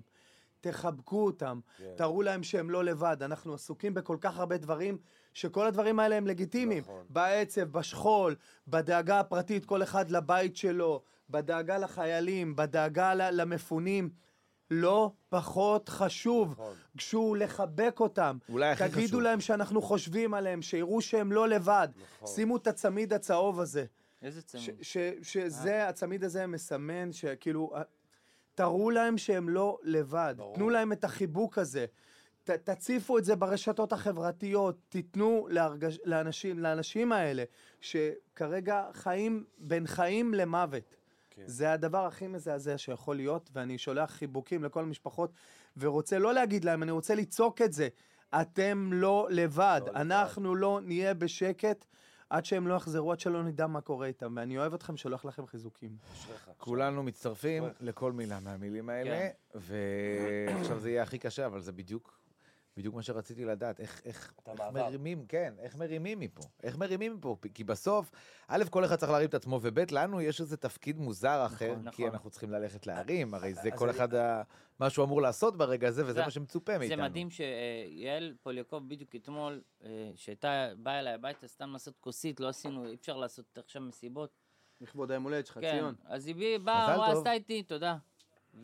C: תחבקו אותם,
D: כן.
C: תראו להם שהם לא לבד. אנחנו עסוקים בכל כך הרבה דברים, שכל הדברים האלה הם לגיטימיים.
D: נכון.
C: בעצב, בשכול, בדאגה הפרטית, כל אחד לבית שלו, בדאגה לחיילים, בדאגה ל- למפונים. לא פחות חשוב,
D: נכון.
C: גשו לחבק אותם,
A: אולי הכי חשוב.
C: תגידו להם שאנחנו חושבים עליהם, שיראו שהם לא לבד.
D: נכון.
C: שימו את הצמיד הצהוב הזה,
B: איזה צמוד.
C: ש- ש- שזה, הצמיד הזה מסמן, שכאילו, אה, תראו להם שהם לא לבד,
D: ברור.
C: תנו להם את החיבוק הזה. ת, תציפו את זה ברשתות החברתיות, תיתנו להרגש, לאנשים, לאנשים האלה, שכרגע חיים בין חיים למוות.
D: כן.
C: זה הדבר הכי מזעזע שיכול להיות, ואני שולח חיבוקים לכל המשפחות, ורוצה לא להגיד להם, אני רוצה לצעוק את זה. אתם לא לבד,
D: לא לבד.
C: אנחנו לא נהיה בשקט עד שהם לא יחזרו, עד שלא נדע מה קורה איתם, ואני אוהב אתכם, שולח לכם חיזוקים.
D: אשריך.
A: כולנו מצטרפים
D: אשריך.
A: לכל מילה מהמילים האלה,
B: כן.
A: ועכשיו זה יהיה הכי קשה, אבל זה בדיוק... בדיוק מה שרציתי לדעת, איך, איך,
D: את
A: איך
D: המעבר.
A: מרימים, כן, איך מרימים מפה, איך מרימים מפה, כי בסוף, א', כל אחד צריך להרים את עצמו, וב', לנו יש איזה תפקיד מוזר אחר,
B: נכון.
A: כי אנחנו צריכים ללכת להרים, הרי זה
D: אז
A: כל
D: אני-
A: אחד, ה... מה שהוא אמור לעשות ברגע הזה, וזה
B: זה-
A: מה שמצופה מאיתנו.
B: זה מדהים שיעל פוליאקוב בדיוק אתמול, אה, שהייתה באה אליי הביתה סתם לעשות כוסית, לא עשינו, אי אפשר לעשות עכשיו מסיבות.
C: לכבוד היום הולדת שלך,
B: כן,
C: ציון.
B: אז היא בי-
A: מזל
B: באה, אמרה,
A: טוב.
B: עשתה איתי, תודה.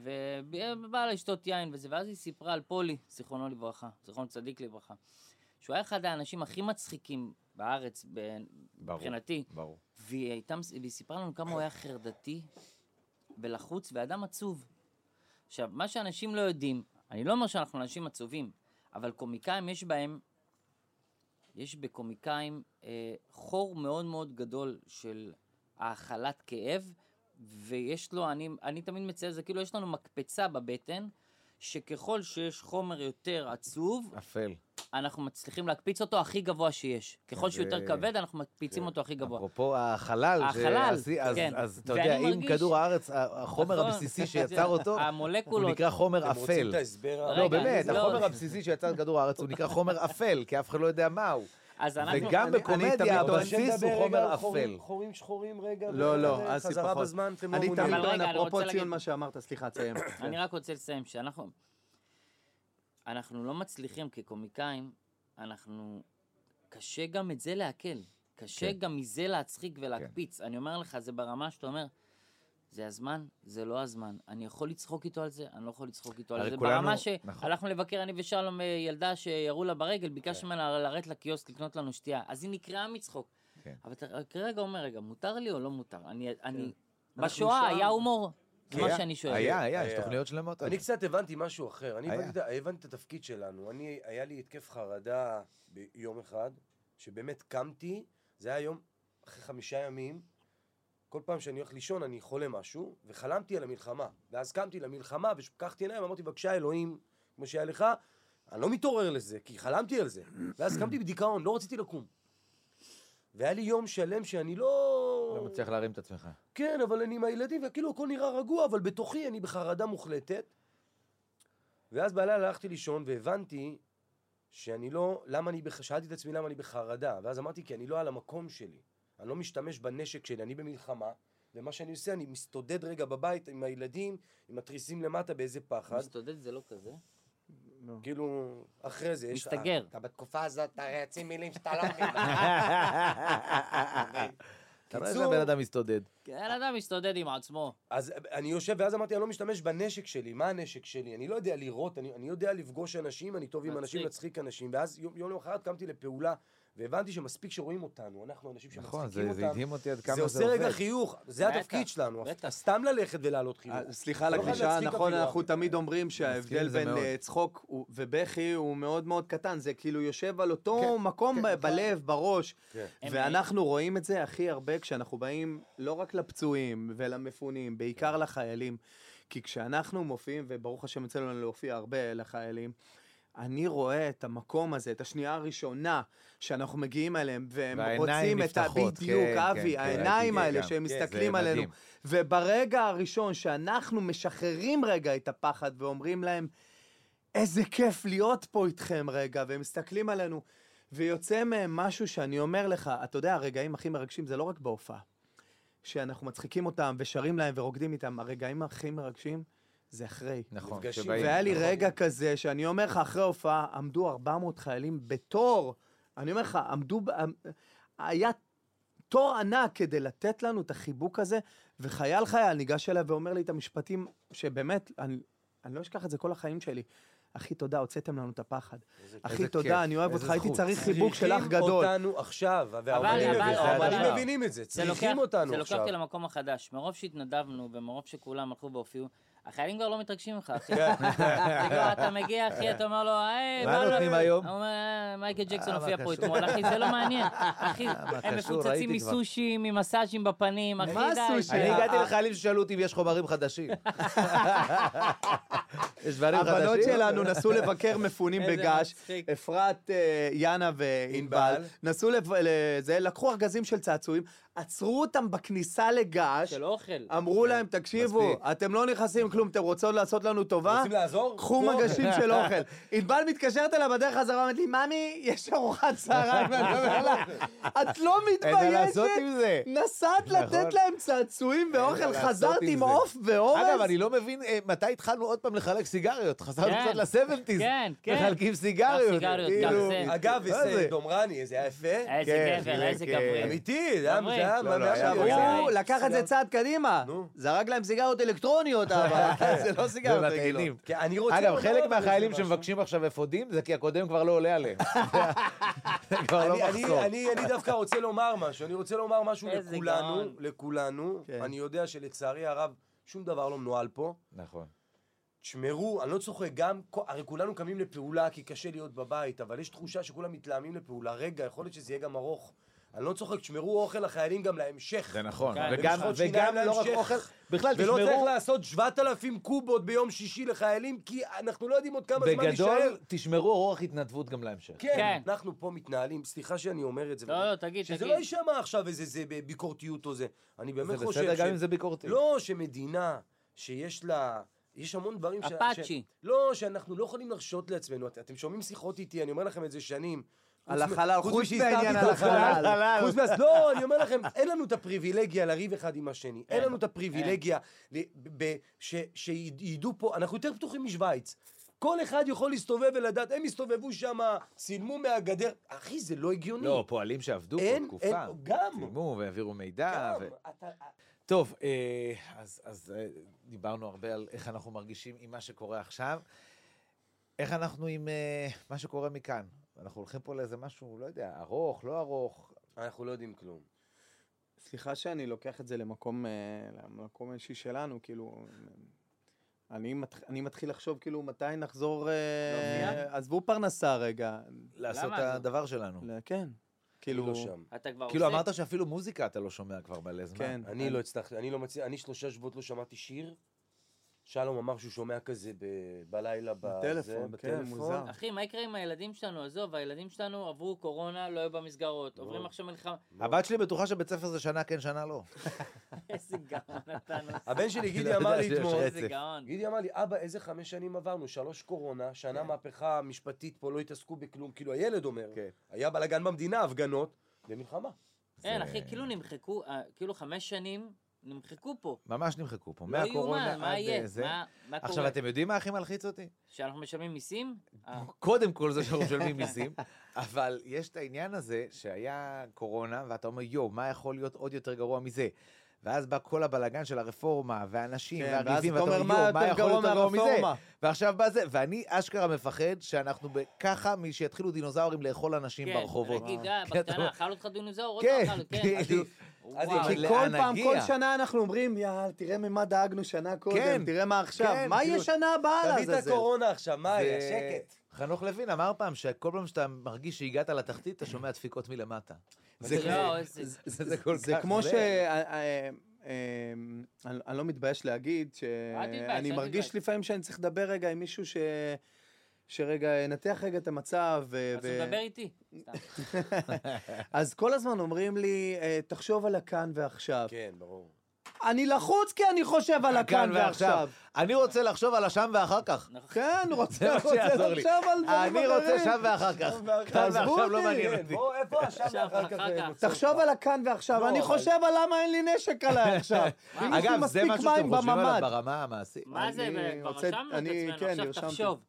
B: ובאה לה לשתות יין וזה, ואז היא סיפרה על פולי, זיכרונו לברכה, זיכרון צדיק לברכה, שהוא היה אחד האנשים הכי מצחיקים בארץ, ב-
A: ברור,
B: מבחינתי.
A: ברור.
B: והיא, הייתה, מס- והיא סיפרה לנו כמה הוא היה חרדתי ולחוץ ואדם עצוב. עכשיו, מה שאנשים לא יודעים, אני לא אומר שאנחנו אנשים עצובים, אבל קומיקאים יש בהם, יש בקומיקאים אה, חור מאוד מאוד גדול של האכלת כאב, ויש לו, אני, אני תמיד מצייר את זה, כאילו יש לנו מקפצה בבטן, שככל שיש חומר יותר עצוב,
A: אפל.
B: אנחנו מצליחים להקפיץ אותו הכי גבוה שיש. ככל שהוא יותר
A: זה-
B: כבד, אנחנו מקפיצים אותו הכי גבוה.
A: אפרופו החלל,
B: החלל,
A: שעשי- אז,
B: כן.
A: אז אתה
B: ואני
A: יודע, אם
B: מרגיש-
A: כדור הארץ, ה- החומר
B: נכון.
A: הבסיסי שיצר אותו, הוא
B: המולקולות,
C: לא
A: נקרא חומר
D: אתם רוצים
A: אפל.
D: את ההסבר?
A: לא,
B: רגע,
A: באמת,
B: לא.
A: החומר הבסיסי שיצר את כדור הארץ הוא נקרא חומר אפל, כי אף אחד לא יודע מהו.
B: אז אנחנו...
A: וגם
C: אני- אני
A: בקומדיה
C: תמיד טוען-
A: הבסיס הוא חומר אפל.
D: חורים שחורים רגע.
C: לא, לא,
D: וחזרה
C: אסי
D: חזרה
C: פחות.
D: בזמן, אתם לא
C: אני
D: מעוניינים.
B: אבל
C: תמיד טוען,
B: רגע, אני רוצה
C: אפרופו
B: להגיד-
C: ציון מה שאמרת, סליחה, תסיים.
B: אני רק רוצה לסיים, שאנחנו... אנחנו לא מצליחים כקומיקאים, אנחנו... קשה גם את זה לעכל. קשה
A: כן.
B: גם מזה להצחיק ולהקפיץ. אני אומר לך, זה ברמה שאתה אומר, זה הזמן, זה לא הזמן. אני יכול לצחוק איתו על זה, אני לא יכול לצחוק איתו על
A: הרי
B: זה.
A: כולנו-
B: ברמה
A: נכון.
B: שהלכנו לבקר, אני ושלום, אה, ילדה שירו לה ברגל, ביקשנו ממנה לרדת לקיוסק לקנות לנו שתייה. אז היא נקרעה מצחוק.
A: כן.
B: אבל אתה רק רגע אומר, רגע, מותר לי או לא מותר? אני... אני...
A: כן.
C: אנחנו
B: בשואה
C: שם.
B: היה הומור? זה מה
A: היה-
B: שאני שואל.
A: כן.
C: אה,
A: היה, היה, יש
D: היה.
A: תוכניות שלמות. על
D: אני
A: זה.
D: קצת הבנתי משהו אחר. אני
A: היה.
D: הבנתי, את ה- הבנתי את התפקיד שלנו. אני, היה לי התקף חרדה ביום אחד, שבאמת קמתי, זה היה יום אחרי חמישה ימים. כל פעם שאני הולך לישון אני חולה משהו, וחלמתי על המלחמה. ואז קמתי למלחמה ופקחתי עיניים, אמרתי, בבקשה אלוהים, כמו שהיה לך, אני לא מתעורר לזה, כי חלמתי על זה. ואז קמתי בדיכאון, לא רציתי לקום. והיה לי יום שלם שאני לא...
A: לא מצליח להרים את עצמך.
D: כן, אבל אני עם הילדים, וכאילו הכל נראה רגוע, אבל בתוכי אני בחרדה מוחלטת. ואז בלילה הלכתי לישון והבנתי שאני לא, למה אני, בח- שאלתי את עצמי למה אני בחרדה, ואז אמרתי, כי אני לא על המקום שלי. אני לא משתמש בנשק שלי, אני במלחמה, ומה שאני עושה, אני מסתודד רגע בבית עם הילדים, עם התריסים למטה באיזה פחד.
B: מסתודד זה לא כזה.
C: כן.
D: כאילו, אחרי זה יש...
B: מסתגר.
D: אתה בתקופה הזאת, אתה הרי יוצאים מילים שאתה לא מבין.
A: אתה רואה איזה
D: קיצור-
A: בן אדם מסתודד.
B: בן כן, אדם מסתודד עם עצמו.
D: אז אה, אני יושב, ואז אמרתי, אני לא משתמש בנשק שלי, מה הנשק שלי? אני לא יודע לירות, אני, אני יודע לפגוש אנשים, אני טוב עם אנשים,
B: מצחיק.
D: להצחיק אנשים, ואז יום, יום למחרת קמתי לפעולה, והבנתי שמספיק שרואים אותנו, אנחנו אנשים שמצחיקים
A: נכון, זה
D: אותם.
A: זה הדהים אותי עד כמה
D: זה
A: זה
D: עושה רגע
A: עובד.
D: חיוך, זה
B: בטח,
D: התפקיד שלנו,
B: בטח.
D: סתם ללכת ולהעלות חיוך.
C: אה, סליחה על
D: לא חייב
C: הקלישאה,
D: להצחיק
C: נכון,
D: אפילו,
C: אנחנו
D: אבל-
C: תמיד אומרים שההבדל
A: לזה
C: בין
A: מאוד.
C: אה, צחוק ו- ובכי הוא מאוד מאוד קטן, זה כאילו יושב על אותו
A: כן,
C: מקום
A: כן,
C: ב-
A: נכון.
C: בלב, בראש,
D: כן.
C: ואנחנו רואים את זה הכי הרבה כשאנחנו באים לא רק לפצועים ולמפונים, בעיקר לחיילים, כי כשאנחנו מופיעים, וברוך השם יוצא לנו להופיע הרבה לחיילים, אני רואה את המקום הזה, את השנייה הראשונה שאנחנו מגיעים אליהם, והם
A: והעיניים
C: רוצים את ה...
A: נפתחות,
C: בדיוק,
A: כן,
C: אבי,
A: כן,
C: העיניים
A: ראיתי את זה
C: האלה
A: גם.
C: שהם
A: כן, זה
C: מסתכלים
A: מדהים.
C: עלינו. וברגע הראשון שאנחנו משחררים רגע את הפחד ואומרים להם, איזה כיף להיות פה איתכם רגע, והם מסתכלים עלינו, ויוצא מהם משהו שאני אומר לך, אתה יודע, הרגעים הכי מרגשים זה לא רק בהופעה, שאנחנו מצחיקים אותם ושרים להם ורוקדים איתם, הרגעים הכי מרגשים זה אחרי.
A: נכון,
D: נפגשים.
A: שבאים.
C: והיה לי
A: נכון.
C: רגע כזה, שאני אומר לך, אחרי ההופעה עמדו 400 חיילים בתור, אני אומר לך, עמדו, ב- עמ- היה תור ענק כדי לתת לנו את החיבוק הזה, וחייל חייל ניגש אליי ואומר לי את המשפטים, שבאמת, אני, אני לא אשכח את זה כל החיים שלי. אחי, תודה, הוצאתם לנו את הפחד. אחי,
A: איזה
C: תודה,
A: כיף,
C: אני אוהב
A: איזה
C: אותך, הייתי
A: זכות.
C: צריך חיבוק של אח
D: צריכים
C: גדול.
D: אותנו עכשיו, והאומנים
B: אבל-
D: מבינים-
A: אבל-
D: האומנים
A: אבל-
D: מבינים את זה,
B: זה לוקח,
D: צריכים אותנו
B: זה לוקח
D: עכשיו.
B: אותי למקום החדש. מרוב שהתנדבנו ומרוב שכולם הלכו והופיעו, החיילים כבר לא מתרגשים ממך, אחי. זה כבר אתה מגיע, אחי, אתה אומר לו, היי,
A: כן.
B: לא-"
A: מה נותנים היום?
B: הוא אומר, "אה, מייקל ג'קסון
A: אה,
B: הופיע
A: מה
B: פה
A: קשור?
B: אתמול, אחי, זה לא מעניין. אחי,
A: מה
B: הם
A: קשור?
B: מפוצצים
A: ראיתי כבר.
B: מסושים, ממסאז'ים בפנים, אחי, די. לא-
C: מה הסושי?
A: אני
B: די.
A: הגעתי לחיילים ששאלו אותי אם יש חומרים חדשים. יש דברים חדשים?
C: הבנות שלנו נסעו לבקר מפונים
B: איזה
C: בגש,
B: מצחיק.
C: אפרת, אה, יאנה וענבל,
D: ענבל.
C: נסעו לב- לזה, לקחו ארגזים של צעצועים, עצרו אותם בכניסה לגש,
B: של אוכל.
A: אמ-
C: אמרו להם, תקשיבו,
A: כן, מספיק.
C: אתם לא נכנסים כלום, אתם רוצות לעשות לנו טובה?
D: רוצים לעזור?
C: קחו מגשים של אוכל. ענבל מתקשרת אליו בדרך חזרה, אומרת לי, ממי, יש ארוחת צהריים, ואני אומר לה, את לא
A: אין מה לעשות
C: מתביישת?
A: עם זה. נכון.
C: נסעת לתת להם צעצועים ואוכל,
A: לעשות
C: חזרת
A: עם
C: עם
A: זה."
C: עוף ואורז?
A: אגב, אני לא מבין אה, מתי התחלנו עוד פעם לחלק סיגריות. חזרנו
B: כן,
A: קצת לסבנטיז.
B: כן, כן.
A: מחלקים סיגריות.
B: סיגריות, גם
A: כאילו,
B: זה.
D: אגב,
A: מה זה?
D: זה דומרני, זה היה
B: אה,
D: יפה.
B: איזה
A: כן,
B: גבר, איזה
A: כן.
B: גברי.
D: אמיתי, זה היה
B: דומרי.
D: זה היה
A: לא, לא, היה
D: מהמאה
C: עכשיו,
D: שעברה.
A: בגלל-
C: הוא לקח את זה צעד קדימה.
D: נו.
C: זרק להם סיגריות אלקטרוניות, אבל זה לא
A: זה
C: סיגריות רגילות.
A: לתאנים.
D: כן, אני רוצה...
A: אגב,
D: לומר
A: חלק
D: על זה
A: מהחיילים
D: משהו.
A: שמבקשים עכשיו אפודים זה כי הקודם כבר לא עולה עליהם. זה כבר לא
D: אני- אני-
A: מחסור.
D: אני אני דווקא רוצה לומר משהו, אני רוצה לומר משהו
B: איזה
D: לכולנו,
B: גאון.
D: לכולנו.
C: כן.
D: אני יודע שלצערי הרב, שום דבר לא מנוהל פה.
A: נכון.
D: תשמרו, אני לא צוחק, גם, כ- הרי כולנו קמים לפעולה כי קשה להיות בבית, אבל יש תחושה שכולם מתלהמים לפעולה. רגע, יכול להיות שזה יהיה גם ארוך. אני לא צוחק, תשמרו אוכל לחיילים גם להמשך.
A: זה נכון.
B: כן.
A: וגם-
D: ולשחוט
A: וגם
D: שיניים
A: לא רק
D: להמשך.
A: אוכל, בכלל
D: ולא צריך
A: תשמרו,
D: לעשות 7,000 קובות ביום שישי לחיילים, כי אנחנו לא יודעים עוד כמה זמן נישאר.
A: בגדול, תשמרו רוח התנדבות גם להמשך.
D: כן,
B: כן.
D: אנחנו פה מתנהלים, סליחה שאני אומר את זה.
B: לא, לא, תגיד,
D: שזה
B: תגיד.
D: לא יישמע עכשיו איזה זה ביקורתיות או זה. אני
A: זה
D: באמת חושב...
B: לא,
A: בסדר גם
D: ש-
A: אם זה ביקורתי.
D: לא, שמדינה לא שיש לה יש המון דברים ש... ש...
B: אפאצ'י.
D: לא, שאנחנו לא יכולים להרשות לעצמנו. את- אתם שומעים שיחות איתי, אני אומר לכם את זה שנים.
C: על
D: חוץ מ-
C: החלל,
D: חוץ
C: חוץ
D: משהסתרתי
C: מהעניין
D: את
C: על
D: החלל,
A: החלל.
D: חוץ מאז, לא, אני אומר לכם, אין לנו את הפריבילגיה לריב אחד עם השני. אין לנו את הפריבילגיה ל- ב- ש- שידעו פה, אנחנו יותר פתוחים משוויץ. כל אחד יכול להסתובב ולדעת, הם הסתובבו שם, צילמו מהגדר. אחי, זה לא הגיוני.
A: לא, פועלים שעבדו פה
D: אין-
A: תקופה.
D: אין- גם.
A: צילמו והעבירו מידע.
D: גם,
A: אה, ו-
D: אתה-
A: טוב, אה, אז, אז אה, דיברנו הרבה על איך אנחנו מרגישים עם מה שקורה עכשיו. איך אנחנו עם אה, מה שקורה מכאן? אנחנו הולכים פה לאיזה משהו, לא יודע, ארוך, לא ארוך.
D: אנחנו לא יודעים כלום.
C: סליחה שאני לוקח את זה למקום, אה, למקום האישי שלנו, כאילו... אה, אני, מתח... אני מתחיל לחשוב כאילו מתי נחזור, אה,
B: לא,
C: עזבו פרנסה רגע,
A: לעשות את
B: זה?
A: הדבר שלנו.
C: ל- כן,
D: אני
C: כאילו,
D: לא שם.
B: אתה כבר
A: כאילו,
B: עושה?
A: אמרת שאפילו מוזיקה אתה לא שומע כבר מלא זמן.
C: כן,
D: אני לא הצלחתי, אני לא מצליח, אני שלושה שבועות לא שמעתי שיר. שלום אמר שהוא שומע כזה ב- בלילה, בזה,
C: בטלפון, כן,
D: בטלפון.
C: מוזר.
B: אחי, מה יקרה עם הילדים שלנו? עזוב, הילדים שלנו עברו קורונה, לא היו במסגרות. עוברים עכשיו מלחמה.
A: הבת שלי בטוחה שבית ספר זה שנה כן, שנה לא.
B: איזה גאון אתה נוסע.
D: הבן שלי
A: לא
D: גידי
A: יודע
D: אמר לי
A: שיש
D: אתמול,
A: רצף.
B: איזה גאון.
D: גידי אמר לי, אבא, איזה חמש שנים עברנו, שלוש קורונה, שנה מהפכה משפטית פה, לא התעסקו בכלום, כאילו הילד אומר,
A: כן.
D: היה בלאגן במדינה, הפגנות, ומלחמה.
B: אין,
A: זה-
B: אחי, כאילו נמחקו, אה, כאילו חמש שנים נמחקו פה.
A: ממש נמחקו פה,
B: לא
A: מהקורונה
B: יאומן,
A: עד
B: מה יהיה?
A: אה, זה.
B: מה- מה
A: עכשיו,
B: קורה?
A: אתם יודעים מה הכי מלחיץ אותי?
B: שאנחנו משלמים מיסים? אה,
A: קודם כל זה שאנחנו משלמים מיסים, אבל יש את העניין הזה שהיה קורונה, ואתה אומר, יואו, מה יכול להיות עוד יותר גרוע מזה? ואז בא כל הבלגן של הרפורמה, והאנשים,
C: כן, ואז
A: והריבים,
C: אתה
A: ואתה
C: אומר,
A: אומר, יואו,
C: מה
A: מה
C: יותר
A: יכול להיות יותר
C: גרוע
A: גרוע מזה?
C: מהרפורמה?
A: ועכשיו בא זה, ואני אשכרה מפחד שאנחנו ב- ככה, משיתחילו דינוזאורים לאכול אנשים
B: כן,
A: ברחובות.
B: נגיד,
A: כן,
B: אה,
A: אתה אומר,
B: בקטנה, אכל אותך דינוזאור, עוד
A: כן,
B: לא אכל, כן.
A: כאילו,
B: וואו.
D: אבל
C: כי כל
A: לאן
C: פעם,
A: נגיע?
C: כל שנה אנחנו אומרים, יאללה, תראה ממה דאגנו שנה
A: כן,
C: קודם, תראה מה עכשיו,
A: כן,
C: מה יהיה
A: כאילו,
C: שנה הבאה
D: תביא את
C: לעזאזל?
D: הקורונה עכשיו, מה היה?
A: זה-
D: שקט.
A: חנוך לוין אמר פעם שכל פעם שאתה מרגיש שהגעת לתחתית, אתה שומע דפיקות מלמטה. זה
B: לא, איזה-
A: זה כל
C: זה
A: כך
C: כמו
A: זה.
C: ש... אה, אה, אה, אני אני לא מתבייש להגיד
B: תתבייש, אל
C: שאני
B: תתבייש.
C: מרגיש לפעמים שאני צריך לדבר רגע עם מישהו ש... שרגע, נתח רגע את המצב. ו-
B: אז
C: ו-
B: הוא מדבר איתי. סתם.
C: אז כל הזמן אומרים לי, אה, תחשוב על הכאן ועכשיו.
D: כן, ברור.
C: אני לחוץ כי אני חושב על הכאן ועכשיו.
A: אני רוצה לחשוב על השם ואחר כך.
B: נכון.
C: כן,
A: זה
C: רוצה
A: מה
C: רוצה
A: שיעזור לי.
C: לחשוב על דברים
A: אני רוצה
C: אחרים.
A: שם ואחר כך. כאן
D: ואחר
C: כך.
A: ועכשיו
C: עזבו
A: לא
C: אותי,
A: מעניין
D: כן,
A: אותי.
D: בוא, איפה
B: עכשיו,
D: עכשיו אחר
B: אחר
D: כך?
B: כך.
D: מוצא
C: תחשוב
D: אותך?
C: על הכאן ועכשיו,
D: לא,
C: אני
D: אבל-
C: חושב על למה אין לי נשק עליי עכשיו. אם יש לי
A: אגב, זה
C: מספיק
A: משהו שאתם
C: מים
A: חושבים עליו
C: בממ"ד.
A: ברמה המעשית.
B: מה זה,
C: אני
B: כבר
C: רוצה-
B: רשמנו את
C: אני- כן,
B: עצמנו, עכשיו
C: נרשמתי.
B: תחשוב.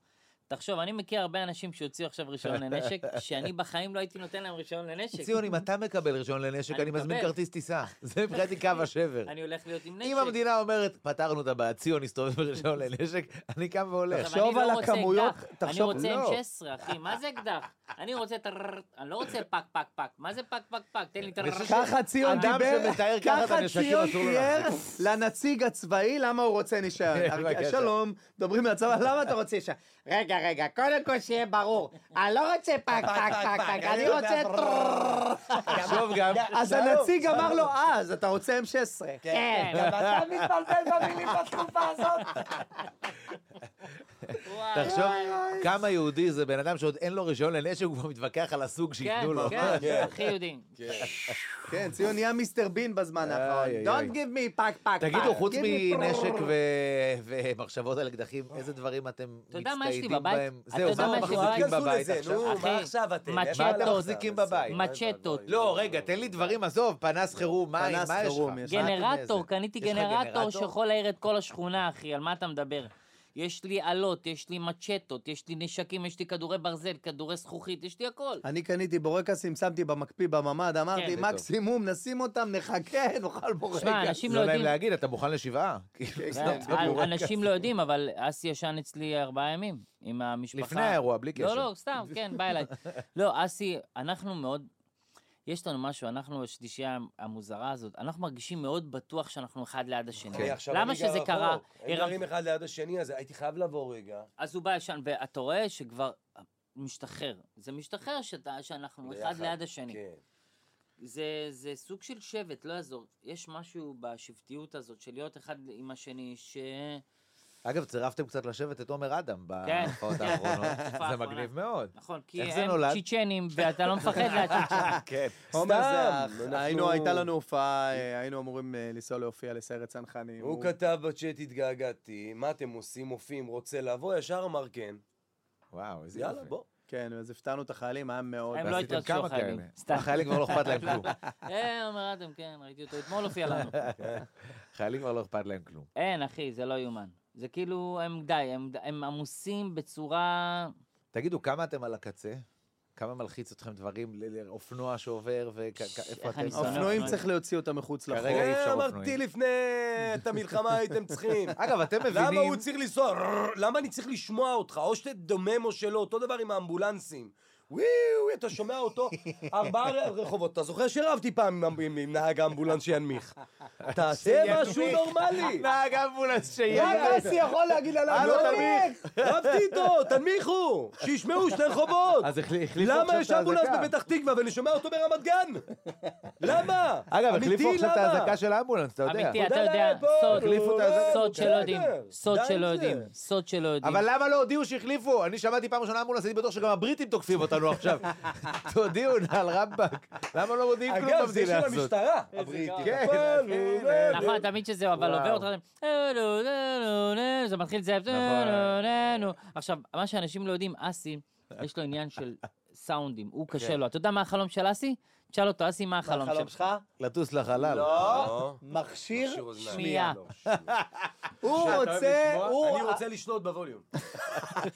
B: תחשוב, אני מכיר הרבה אנשים שהוציאו עכשיו רישיון לנשק, שאני בחיים לא הייתי נותן להם רישיון לנשק.
A: ציון, אם אתה מקבל רישיון לנשק,
B: אני
A: אני מזמין
B: מקבל.
A: כרטיס טיסה. זה מבחינתי קו השבר.
B: אני הולך להיות עם נשק.
A: אם המדינה אומרת, פתרנו את הבעיה, ציון יסתובב ברישיון לנשק, אני קם
B: עכשיו,
A: והולך.
B: אני
C: תחשוב
B: לא
C: על
B: רוצה
C: הכמויות,
B: אקדח,
C: תחשוב-
B: אני רוצה
A: לא.
B: M16, אחי, מה זה אקדח? אני רוצה טרררר, אני לא רוצה פק, פק, פק. מה זה פק, פק, פק? תן לי טרררר.
C: ככה ציון
A: אדם
C: דיבר,
A: שמתאר ככה את
C: ככה
A: הנשקים
C: ציון
A: אסור לו
C: תיאר לנציג הצבאי למה הוא רוצה נישן.
A: בבקשה.
C: שלום, מדברים מהצבא, למה אתה רוצה נישן? רגע, רגע, קודם כל שיהיה ברור, אני לא רוצה פק, פק, פק, פק, אני רוצה... טרררר.
A: תחשוב גם,
C: אז הנציג אמר לו, אה, אז אתה רוצה M16.
B: כן.
D: גם אתה מתבלבל במילים בתקופה הזאת.
B: וואי,
A: תחשוב
B: וואי, וואי.
A: כמה יהודי זה בן אדם שעוד אין לו רישיון לנשק, הוא כבר מתווכח על הסוג שייתנו לו.
B: כן, כן,
D: כן.
B: הכי יודעים.
C: כן, ציון נהיה מיסטר בין בזמן
A: איי,
C: האחרון.
A: איי,
C: Don't
A: איי.
C: give me פק, פק, פק.
A: תגידו, חוץ
C: Give me
A: מנשק
C: טרררר.
A: ו- ומחשבות על אקדחים, איזה דברים אתם
B: אתה יודע מה יש לי
A: מצטיידים
B: בבית?
A: בהם?
B: אתה
A: זהו,
B: יודע
A: מה
B: מה
A: אתם
B: יש לי
A: מחזיקים
B: בבית?
A: בבית
D: תיכנסו לזה,
A: עכשיו?
D: נו, מה
B: אחי,
D: עכשיו אתם?
B: מצ'טות.
D: איפה הלכת?
A: מה אתם מחזיקים בבית?
B: מצ'טות.
A: לא, רגע, תן לי דברים, עזוב, פנס חירום, מים,
C: פנס
A: מה יש
C: חירום
A: לך?
C: יש.
B: גנרטור,
A: איזה?
B: קניתי
A: יש לך
B: גנרטור
A: גנרטור?
B: שיכול להעיר את כל השכונה, אחי, על מה אתה מדבר? יש לי אלות, יש לי מצ'טות, יש לי נשקים, יש לי כדורי ברזל, כדורי זכוכית, יש לי הכל.
C: אני קניתי בורקסים, שמתי במקפיא בממ"ד, אמרתי,
B: זה
A: טוב.
C: מקסימום, נשים אותם, נחכה, נאכל בורקס.
B: שמע, אנשים לא
A: לא להם
B: יודעים,
A: להגיד, אתה מוכן לשבעה? כאילו,
B: כן,
A: סתם,
B: אנ-
A: כאילו,
B: אנשים לא יודעים, אבל אסי ישן אצלי ארבעה ימים עם המשפחה.
A: לפני האירוע, בלי קשר.
B: לא, לא, סתם, כן, בא אליי. לא, אסי, אנחנו מאוד... יש לנו משהו, אנחנו, השלישייה המוזרה הזאת, אנחנו מרגישים מאוד בטוח שאנחנו אחד ליד השני.
A: אוקיי. כן.
D: אני עכשיו,
B: למה
D: אני גר
B: שזה
D: רחוק.
B: קרה?
D: הם גרים אחד ליד השני, אז הייתי חייב לבוא רגע.
B: אז הוא בא ישן, ואתה רואה שכבר משתחרר. זה משתחרר שאתה, שאנחנו אחד
D: ביחד.
B: ליד השני.
D: כן.
B: זה, זה סוג של שבט, לא יעזור. יש משהו בשבטיות הזאת של להיות אחד עם השני, ש...
A: אגב, צירפתם קצת לשבת את עומר אדם
B: כן.
A: בהופעות האחרונות.
B: תקופה
A: זה
B: האחרונה.
A: מגניב מאוד.
B: נכון, כי
A: איך זה
B: הם
A: נולד?
B: צ'יצ'נים, ואתה לא מפחד מהצ'יצ'נים.
A: כן.
C: עומר זה,
D: סתם,
C: האח.
D: אנחנו-
C: היינו, הייתה לנו הופעה, אה, היינו אמורים אה, לנסוע להופיע לסיירת צנחנים.
D: הוא כתב בצ'אט, התגעגעתי, מה אתם עושים, מופיעים, רוצה לבוא, ישר אמר כן.
A: וואו, איזה יופי.
D: יאללה, בוא.
C: כן, אז הפתענו את החיילים, היה מאוד...
B: הם לא
A: ועשיתם
B: התרגשו,
A: כמה
B: החיילים.
A: כאלה.
B: סתם.
A: החיילים כבר לא אכפת להם כלום.
B: אה, עומר אדם, כן, ראיתי אותו אתמול, הופיע לנו.
A: חיילים כבר לא אכפת להם כלום.
B: אין, אחי, זה לא יאומן. זה כאילו, הם די, הם- הם עמוסים בצורה...
A: תגידו, כמה אתם על הקצה? כמה מלחיץ אתכם דברים, ל- ל- אופנוע שעובר,
B: ש-
A: ואיפה
B: איך
A: אתם?
B: אני שונא
C: אופנועים
B: אופנועים.
C: צריך להוציא אותם מחוץ לחוק.
A: כרגע אי אפשר
D: אה, אמרתי
A: אופנועים.
D: לפני את המלחמה הייתם צריכים.
A: אגב, אתם
D: למה
A: מבינים...
D: הוא צריך לנסוע? ררר, למה אני צריך לשמוע אותך? או שתדמם או שלא, אותו דבר עם האמבולנסים. וואו, אתה שומע אותו? ארבעה רחובות. אתה זוכר שרבתי פעם עם- עם עם נהג האמבולנס שינמיך. תעשה
A: שינמיך.
D: משהו נורמלי.
A: נהג אמבולנס שיהיה.
C: רק אסי יכול להגיד עליו,
D: הלו,
C: לא אני.
D: תנמיך. רבתי איתו, תנמיכו, שישמעו שני רחובות.
A: אז החל- החליפו
D: למה
A: עכשיו
D: יש
A: את האזעקה.
D: אמבולנס בפתח תקווה ואני שומע אותו ברמת גן? למה?
A: אגב, החליפו
D: אמיתי,
A: עכשיו את
D: למה?
A: האזעקה של האמבולנס, אתה יודע.
B: אמיתי, אתה
D: תודה
B: יודע,
D: לאל, בוא,
B: סוד,
A: החליפו את הזה,
B: סוד שלא
D: בסדר.
B: יודעים, סוד
D: די עם
B: שלא
D: זה.
B: יודעים, סוד שלא יודעים.
A: אבל למה לא הודיעו שהחליפו? אני שמעתי פעם ראשונה אמבולנס, הייתי בטוח שגם הבריטים תוקפים אותנו עכשיו. תודיעו, נעל רמב"ק. למה לא מודיעים כלום
D: אגב, זה של
A: במדינה הזאת?
D: המשטרה, הבריטית.
B: גאון.
A: כן,
D: אבל,
A: כן,
D: אבל.
B: נכון, תמיד שזה אבל עובר אותך, "לא, זה מתחיל זה, "לא,
A: נכון.
B: עכשיו, מה שאנשים לא יודעים, אסי, יש לו עניין של סאונדים, הוא קשה
A: כן.
B: לו. אתה יודע מה החלום של אסי? תשאל אותו, אסי, מה החלום שלך?
A: לטוס לחלל.
C: לא,
D: לא.
C: מכשיר.
B: שמיעה.
C: הוא רוצה, הוא...
D: אני רוצה לשלוט בווליום.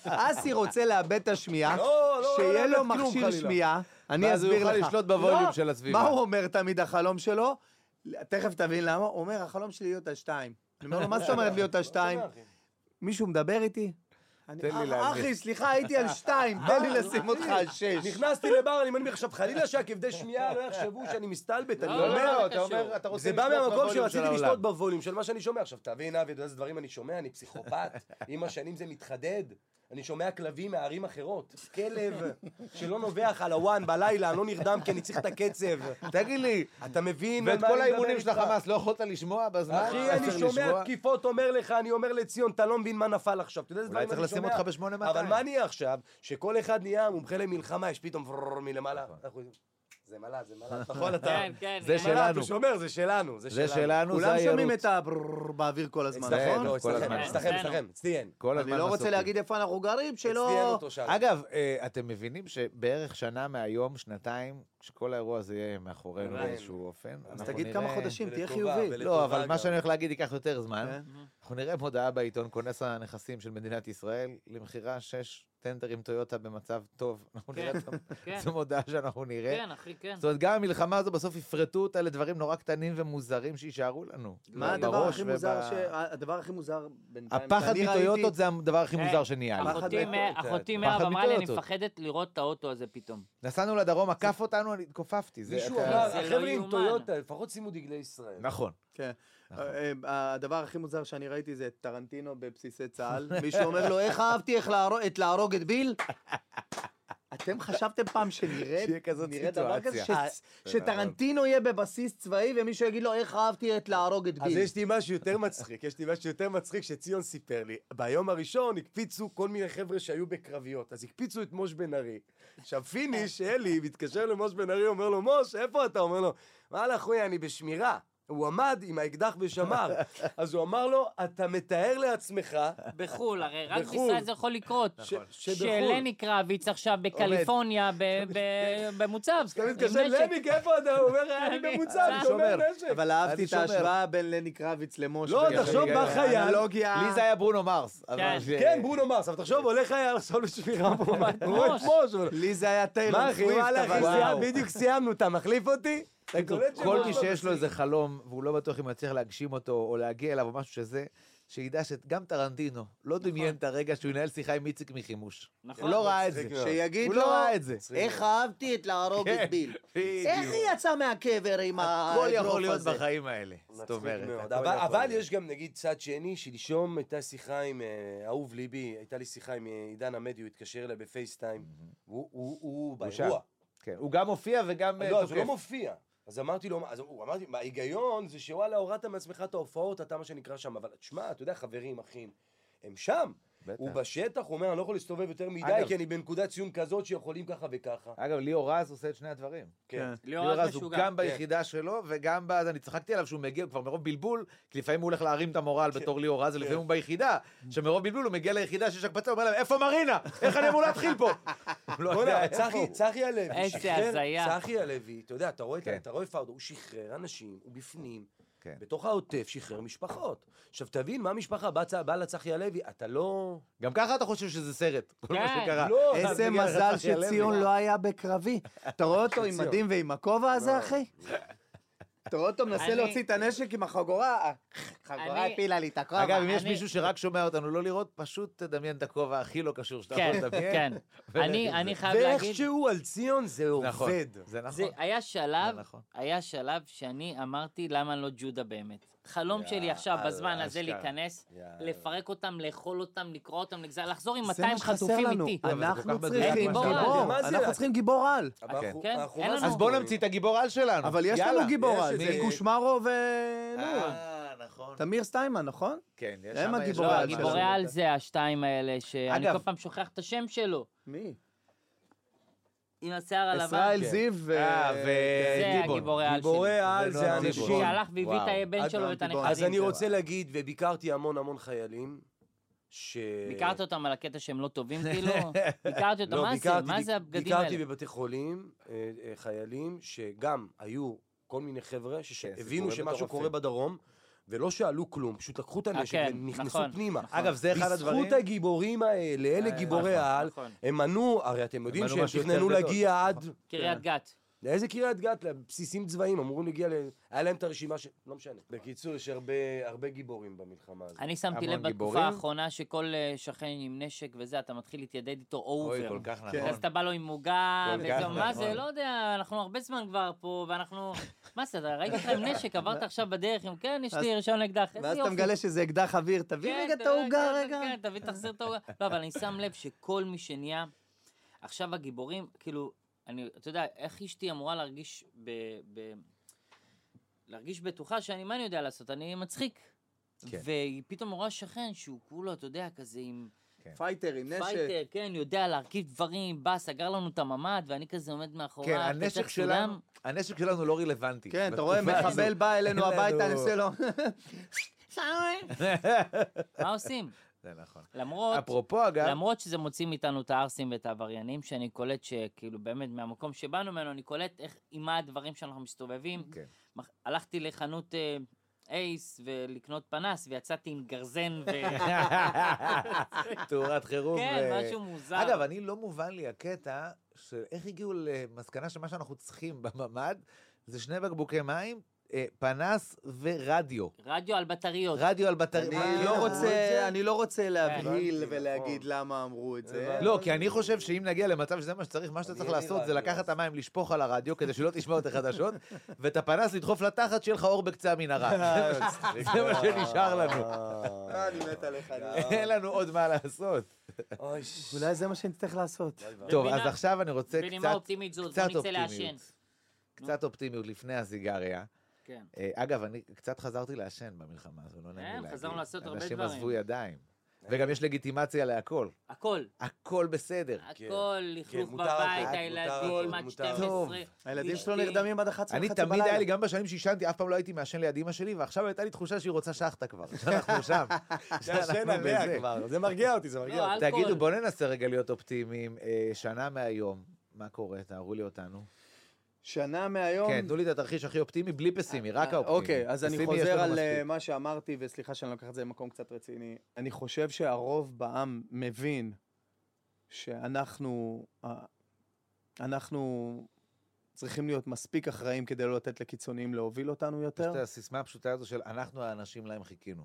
C: אסי רוצה לאבד את השמיעה.
D: לא, לא,
C: שיהיה
D: לא
C: לו
D: לאבד כלום,
C: מכשיר
D: חלילה.
C: שמיעה. אני
A: ואז הוא
C: אסביר לך.
A: יוכל לשלוט בווליום
C: לא.
A: של הסביבה.
C: מה הוא אומר תמיד החלום שלו? תכף תבין למה. הוא אומר, החלום שלי להיות השתיים. אני אומר לו, מה זאת אומרת להיות השתיים? מישהו מדבר איתי? אני,
A: תן לי
C: "אח-
A: להבין." אה,
C: אחי, סליחה, הייתי על שתיים, תן לי לשים אותך על שש.
D: נכנסתי לבר, אני מנמיך עכשיו, חלילה שהכבדי שמיעה לא יחשבו שאני מסתלבט, אני
B: לא,
D: לא
B: לא,
D: אומר.
B: לא
A: אתה
B: קשור.
A: אומר, אתה רוצה
D: זה בא
A: לשלוט
D: מהמקום
A: בווליום של
D: שרציתי
A: העולם.
D: לשלוט בווליום של מה שאני שומע. עכשיו, תבין, אבי, אתה יודע איזה דברים אני שומע? אני פסיכופת. עם השנים זה מתחדד. אני שומע כלבים מערים אחרות. כלב שלא נובח על הוואן בלילה, אני לא נרדם כי אני צריך את הקצב.
A: תגיד לי,
D: אתה מבין?
A: ואת
D: על מה
A: כל
D: אני מדבר
A: האימונים של
D: איתך?
A: החמאס לא יכולת לשמוע בזמן?
D: אחי,
A: היה
D: אני
A: צריך
D: שומע
A: לשמוע?
D: תקיפות, אומר לך, אני אומר לציון, אתה לא מבין מה נפל עכשיו. אתה יודע איזה
A: אולי
D: דברים
A: צריך
D: אני
A: לשים
D: שומע?
A: אותך ב-8200.
D: אבל מה נהיה עכשיו? שכל אחד נהיה מומחה למלחמה, יש פתאום פרררר מלמעלה.
A: נכון.
D: אנחנו- זה מל"ט, זה מל"ט. נכון, אתה...
B: כן, כן.
A: זה
B: כן.
A: שלנו.
D: מל"ט, הוא שומר, זה שלנו.
A: זה שלנו, זה
C: כולם שומעים
A: היירוץ.
C: את הברררר באוויר כל הזמן,
A: אצלכם,
C: נכון?
A: לא, כל
D: אצלכם,
A: הזמן.
D: אצלכם,
B: אצלנו.
D: אצלכם, אצליין.
A: כל
C: אני
A: הזמן
C: לא רוצה
A: מסוקים.
C: להגיד איפה אנחנו גרים,
D: אצליין
C: שלא...
D: אותו שם.
A: אגב, אה, אתם מבינים שבערך שנה מהיום, שנתיים, כשכל האירוע הזה יהיה מאחורינו
B: כן.
D: עדיין.
A: באיזשהו אופן,
D: אז
C: אז
A: אנחנו
C: תגיד
A: נראה-
C: כמה חודשים, תהיה
D: ולטובה,
C: חיובי.
D: ול-
A: לא, אבל
D: לטובה
A: מה
D: גם.
A: שאני הולך להגיד ייקח יותר זמן.
C: כן.
A: אנחנו נראה מודעה בעיתון, כונס הנכסים של מדינת ישראל, למכירה שש טנדרים טויוטה במצב טוב. אנחנו נראה
B: כן,
A: את
B: כן,
A: זו מודעה שאנחנו נראה.
B: כן, אחי, כן.
A: זאת אומרת, גם המלחמה הזו בסוף יפרטו אותה לדברים נורא קטנים ומוזרים שיישארו לנו.
C: מה הדבר
A: בראש
C: הכי מוזר
A: וב-
C: ש... הדבר הכי מוזר בינתיים...
A: הפחד
C: שאני ראיתי-
A: מטויוטות זה הדבר הכי
B: כן.
A: מוזר שנהיה לי.
C: הפחד
B: אחותי
C: מ-
B: מה- אחותי
A: פחד
B: מירב אמרה לי, אני
A: מטויוטות.
B: מפחדת לראות את האוטו הזה פתאום.
A: נסענו לדרום, עקף אותנו, אני התכופפתי. זה-
D: מישהו
A: אתה-
D: אמר,
B: זה לא
D: החבר'ה עם
B: יאומן.
D: טויוטה, לפחות שימו דגלי ישראל.
A: נכון.
C: כן.
A: נכון.
C: אה, אה, הדבר הכי מוזר שאני ראיתי זה את טרנטינו בבסיסי צה"ל. מישהו אומר לו, איך אהבתי איך להרוג- את להרוג את ביל? אתם חשבתם פעם שנראה
A: שיהיה כזאת
C: נראה דבר כזה?
A: סיטואציה. אה,
C: ש- שטרנטינו יהיה בבסיס צבאי ומישהו יגיד לו, איך אהבתי את להרוג את
D: אז
C: ביל?
D: יש לי משהו יותר מצחיק, יש לי משהו יותר מצחיק שציון סיפר לי. ביום הראשון הקפיצו כל מיני חבר'ה שהיו בקרביות, אז הקפיצו את מוש בן ארי. עכשיו פיניש, אלי, מתקשר למוש בן ארי, אומר לו, מוש, איפה אתה? אומר לו, וואלה אחוי, אני בשמירה. הוא עמד עם האקדח ושמר. אז הוא אמר לו, אתה מתאר לעצמך
B: בחו"ל, הרי רק
D: בחו"ל.
B: בישראל זה יכול לקרות.
A: נכון.
D: ש- שבחו"ל.
B: שלני קרביץ עכשיו בקליפורניה, ב- ב- במוצב.
D: אתה
B: עם
D: מתקשר,
B: נשק.
D: לניק, איפה אתה? הוא אומר, אני במוצב,
B: אני
D: שומר
A: שומר."
D: נשק.
C: אבל אהבתי
A: אני
C: את
A: שומר.
C: ההשוואה בין לני קרביץ למשה.
D: לא,
C: בגלל
D: תחשוב
C: שאני-
D: מה חייל-
C: האנלוגיה...
A: לי זה היה ברונו מרס. אבל
B: כן.
A: ש-
D: כן, ברונו מרס, אבל תחשוב, הולך היה לעשות בשמירה פה, הוא רואה את מוש. אבל-
C: לי זה היה
D: מה
C: טיילור
D: אחי,
C: סוויפט,
D: וואלה אחי,
C: כן, אבל...
A: וואו.
D: סיימ- בדיוק סיימנו, אתה מחליף אותי? אתה קולט לא
A: כל
D: שבוע
A: מי
D: הבא
A: שיש לו
D: בסין.
A: איזה חלום, והוא לא בטוח אם יצליח להגשים אותו, או להגיע אליו, או משהו שזה, שידע שגם טרנטינו לא דמיין את הרגע שהוא ינהל שיחה עם איציק מחימוש. הוא
B: נכון.
A: לא ראה את זה.
D: מצחיק מאוד.
C: שיגיד
A: הוא
C: לו,
A: לא ראה את זה.
C: איך אהבתי את להרוג
A: כן,
C: את ביל.
A: בדיוק.
C: איך היא יצאה מהקבר עם
A: הכל יכול
C: האגרוף
A: להיות
C: הזה?
A: בחיים האלה. זאת
D: מצחיק
A: אומרת.
D: מאוד.
A: הכל
D: אבל-
A: יכול
D: אבל
A: להיות.
D: יש גם נגיד צד שני, שלשום הייתה שיחה עם אה, אהוב ליבי, הייתה לי שיחה עם אה, עידן עמדי, הוא התקשר אליי בפייסטיים, והוא- הוא הוא
A: שם.
D: באירוע.
A: כן, הוא גם הופיע וגם... אה,
D: לא, אז הוא לא
A: תוקף.
D: מופיע. אז אמרתי לו, אז הוא אמרתי, מה, ההיגיון זה שוואלה, הורדת מעצמך את ההופעות, אתה מה שנקרא שם, אבל תשמע, אתה יודע, חברים, אחים, הם שם.
A: בטח.
D: הוא בשטח, הוא אומר, אני לא יכול להסתובב יותר מדי,
A: אגב-
D: כי אני בנקודת ציון כזאת שיכולים ככה וככה.
A: אגב, ליאור רז עושה את שני הדברים.
D: כן.
B: ליאור
A: ליאור
B: רז
A: רז הוא
B: משוגע.
C: כן.
A: גם ביחידה שלו וגם באז, אני צחקתי עליו שהוא מגיע כבר מרוב בלבול, כי לפעמים הוא הולך להרים את המורל
C: כן.
A: בתור ליאור רז, ולפעמים הוא ביחידה, שמרוב בלבול הוא מגיע ליחידה שיש הקפצה, הוא אומר להם, איפה מרינה? איך אני אמור להתחיל פה? הוא לא יודע
D: בוא'נה,
A: איפה
D: צחי,
A: הוא.
D: צחי הלוי,
B: איזה
D: שחרר-
B: הזיה.
D: צחי הלוי, אתה יודע, אתה רואה את ה-
A: כן.
D: אתה רואה פרדו, הוא שחרר אנשים, הוא בפנים,
A: כן.
D: בתוך העוטף שחרר משפחות. עכשיו, תבין, מה המשפחה באה צ- באה לצחי הלוי, אתה לא...
A: גם ככה אתה חושב שזה סרט, כל מה
B: כן,
A: שקרה.
D: לא,
A: בגלל
C: איזה מזל
A: צחי הלוי.
C: שציון לא היה בקרבי. אתה רואה אותו עם
D: שציון.
C: מדים ועם הכובע הזה,
D: לא.
C: אחי? אתה רואה אותו
B: אני-
C: מנסה להוציא את הנשק עם החגורה? אה, החגורה
B: אני-
C: הפילה לי את הכובע.
A: אגב, אם יש
B: לא, אני-
A: מישהו שרק שומע אותנו לא לראות, פשוט תדמיין את הכובע הכי לא קשור שאתה
B: כן,
A: יכול לדמיין.
B: כן.
A: ולך
B: אני-
A: עם
B: אני
A: זה.
B: חייב
D: ואיך
B: להגיד,
D: שהוא על ציון זה
A: נכון,
D: עובד.
A: זה נכון.
B: זה היה שלב,
A: זה נכון.
B: היה שלב שאני אמרתי למה אני לא ג'ודה באמת. חלום
A: יא
B: שלי עכשיו,
A: אללה,
B: בזמן הזה,
A: אשכרה.
B: להיכנס,
A: יאללה.
B: לפרק אותם, לאכול אותם, לקרוע אותם, לגזר, לחזור עם
C: זה מה
B: 200
C: שחסר
B: חטופים
C: לנו.
B: איתי.
A: אבל זה כל
C: אנחנו
A: כך מדויק
C: צריכים
B: מה שאתה
C: גיבור,
B: אומר.
D: מה זה?
C: אנחנו צריכים גיבור על.
D: אבל אנחנו-
B: כן,
D: אנחנו
B: אין
D: מה זה-
A: אז בואו נמציא את הגיבור על שלנו.
C: אבל יש
A: יאללה.
C: לנו גיבור על,
D: יש איזה-
C: מקושמרו ו... נו,
A: אה, נכון.
C: תמיר סטיימן, נכון?
A: כן, יש שם-
C: הם
A: יש
C: הגיבורי
B: לא,
A: שם-
C: על
B: הגיבורי
C: שלנו.
B: על זה השתיים האלה, שאני
A: אגב-
B: כל פעם שוכח את השם שלו.
C: מי?
B: עם השיער הלבן.
C: ישראל
D: כן.
C: זיו ו... כן.
A: אה,
B: זה
A: וגיבון.
B: הגיבורי על
D: גיבורי
B: שלי.
D: על
A: זה
D: זה
A: נועם
D: אנשים...
A: גיבור.
B: שהלך והביא את
A: וואו.
B: הבן
C: עד
B: שלו
C: נועם
B: ואת
C: גיבור.
B: הנכדים.
D: אז אני
A: זה
D: רוצה
A: רע.
D: להגיד, וביקרתי המון המון חיילים, ש...
B: ביקרת אותם על הקטע שהם לא טובים, כאילו? ביקרתי אותם, מה זה?
D: לא, ביקרתי-
B: מה זה הבגדים האלה?
D: ביקרתי בבתי חולים אה, אה, חיילים שגם היו כל מיני חבר'ה
A: כן,
D: שהבינו
A: סיפורים
D: שמשהו
A: מטורפים.
D: קורה בדרום, ולא שאלו כלום, פשוט לקחו את
B: אה,
D: הנשק
B: כן,
D: ונכנסו
B: נכון,
D: פנימה.
B: נכון.
A: אגב, זה אחד הדברים...
D: בזכות הגיבורים האלה, אלה
A: אה,
D: גיבורי
A: נכון,
D: העל,
B: נכון.
D: הם מנעו, הרי אתם יודעים
A: מנעו
D: שהם
A: משהו יותר
D: תכננו
A: גדול.
D: להגיע עד...
B: קריית גת.
D: לאיזה קריית גת? לבסיסים צבאיים, אמורים להגיע ל... היה להם את הרשימה ש... לא משנה. בקיצור, יש הרבה- הרבה גיבורים במלחמה הזאת.
B: אני שמתי
A: המון
B: לב בתקופה
A: גיבורים.
B: האחרונה שכל אה, שכן עם נשק וזה, אתה מתחיל להתיידד איתו
A: אוי,
B: אובר.
A: כל כך
C: כן.
B: אז
A: נכון.
B: אתה בא לו עם עוגה,
A: כל
B: וזה,
A: כך
B: מה זה,
A: נכון.
B: לא יודע, אנחנו הרבה זמן כבר פה, ואנחנו... מה זה, אתה ראיתי אותך עם נשק, עברת עכשיו בדרך, עם כן, יש לי
C: ואז-
B: רישיון לאקדח, איזה
C: ואז
B: יופי.
C: אתה מגלה שזה אקדח אוויר, תביא
B: כן,
C: רגע את
B: תראה,
C: העוגה
B: כן,
C: רגע.
B: כן, תביא, תחזיר את העוגה. לא, אבל אני שם לב שכל מי שנהיה... עכשיו הגיבורים, כאילו, אני, אתה יודע, איך אשתי אמורה להרגיש ב... ב להרגיש בטוחה שאני, מה אני יודע לעשות? אני מצחיק.
A: כן.
B: והיא פתאום רואה שכן שהוא כולו, אתה יודע, כזה עם
C: פייטר עם נשק.
B: כן. פייטר, כן, יודע להרכיב דברים, בא, סגר לנו את הממ"ד, ואני כזה עומד מאחוריו.
A: כן,
B: אתה צריך
A: הנשק
B: סולם?
A: שלנו, הנשק שלנו לא רלוונטי.
C: כן, אתה רואה,
A: בתקופה
C: מחבל
A: הזו.
C: בא אלינו
A: אין לנו-
C: הביתה, אני עושה לו...
B: מה עושים?
A: זה נכון.
B: למרות...
A: אפרופו, אגב,
B: למרות שזה מוציא מאיתנו את הערסים ואת העבריינים, שאני קולט שכאילו באמת מהמקום שבאנו ממנו, אני קולט איך, עם מה הדברים שאנחנו מסתובבים.
A: כן.
B: מח- הלכתי לחנות אה, אייס ולקנות פנס, ויצאתי עם גרזן ו...
A: תאורת חירום.
B: כן,
A: ו-
B: משהו כן, מוזר.
A: אה, אגב, אני לא מובן לי הקטע של איך הגיעו למסקנה שמה שאנחנו צריכים בממ"ד זה שני בקבוקי מים, אה, פנס ורדיו.
B: רדיו על בטריות.
A: רדיו על בטריה.
C: אני
A: מה,
C: לא
A: אמרו את
C: רוצה-
A: זה?
C: אני לא רוצה להבהיל
D: הבנתי,
C: ולהגיד
D: נכון.
C: למה אמרו את זה.
D: הבנתי.
A: לא, כי אני חושב שאם נגיע למצב שזה מה שצריך, מה שאתה
D: אני
A: צריך
D: אין לי
A: לעשות זה
D: רדיו,
A: לקחת
D: אז-
A: את המים, לשפוך על הרדיו, כדי שלא תשמע את החדשות, ואת הפנס לדחוף לתחת, שיהיה לך אור בקצה המנהרה.
D: אה,
A: זה מה- זה מה שנשאר לנו.
C: אה, אני מת עליך. אני-
A: אין לנו עוד מה לעשות.
D: אוי,
C: לא, אולי זה מה שנצטרך לעשות.
A: טוב,
B: בפינה-
A: אז עכשיו אני רוצה
B: בנימה
A: קצת
B: אופטימית זאת,
A: קצת
B: בוא נצא
A: אופטימיות.
B: לעשן.
A: קצת אופטימיות לפני הסיגריה.
B: כן.
A: אה, אגב, אני קצת חזרתי לעשן במלחמה הזו, לא נעים לי
B: כן,
A: להגיד.
B: חזרנו לעשות הרבה
A: אנשים
B: דברים.
A: עזבו ידיים.
D: כן.
A: וגם יש לגיטימציה להכל.
B: הכל,
A: כן. הכל בסדר.
B: הכל,
A: כן,
B: לכלוך
D: מותר
B: בבית,
D: הכל,
B: הילדים,
D: מותר
B: עד אה,
D: הכל.
B: 12.
C: הילדים שלו
B: אשתי.
C: נרדמים עד 11
A: אני
C: וחצי בלילה.
A: תמיד היה לי, גם בשנים שעישנתי, אף פעם לא הייתי מעשן ליד אימא שלי, ועכשיו הייתה לי תחושה שהיא רוצה שחטה כבר. אנחנו שם.
D: תעשן
A: אנחנו בזה.
D: עליה כבר, זה מרגיע אותי, זה מרגיע
B: לא,
D: אותי.
B: אלכוהול.
A: תגידו, בואו ננסה רגע להיות אופטימיים. אה, שנה מהיום, מה קורה? תארו לי אותנו.
C: שנה מהיום...
A: כן, תנו לי את התרחיש הכי אופטימי, בלי פסימי, רק האופטימי.
C: אוקיי, אז אני
A: פסימי, יש
C: חוזר
A: לנו
C: על אה,
A: מספיק.
C: מה שאמרתי, וסליחה שאני לוקח את זה למקום קצת רציני. אני חושב שהרוב בעם מבין שאנחנו אה, אנחנו צריכים להיות מספיק אחראים כדי לא לתת לקיצוניים להוביל אותנו
A: יש
C: יותר.
A: את הסיסמה הפשוטה הזו של אנחנו האנשים להם חיכינו.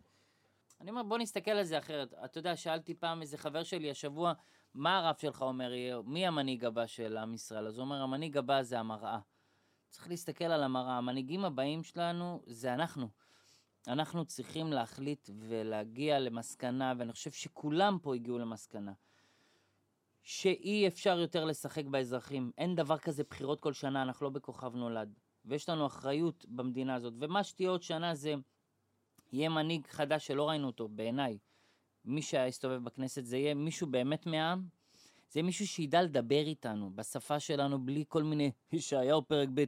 B: אני אומר, בוא נסתכל על זה אחרת. אתה יודע, שאלתי פעם איזה חבר שלי השבוע, מה הרב שלך אומר, יהיה- מי המנהיג הבא של עם ישראל? אז הוא אומר, המנהיג הבא זה המראה. צריך להסתכל על המראה. המנהיגים הבאים שלנו זה אנחנו. אנחנו צריכים להחליט ולהגיע למסקנה, ואני חושב שכולם פה הגיעו למסקנה, שאי אפשר יותר לשחק באזרחים. אין דבר כזה בחירות כל שנה, אנחנו לא בכוכב נולד. ויש לנו אחריות במדינה הזאת, ומה שתהיה עוד שנה זה... יהיה מנהיג חדש שלא ראינו אותו, בעיניי. מי שיסתובב בכנסת, זה יהיה מישהו באמת מהעם. זה מישהו שידע לדבר איתנו, בשפה שלנו, בלי כל מיני ישעיהו פרק ב'.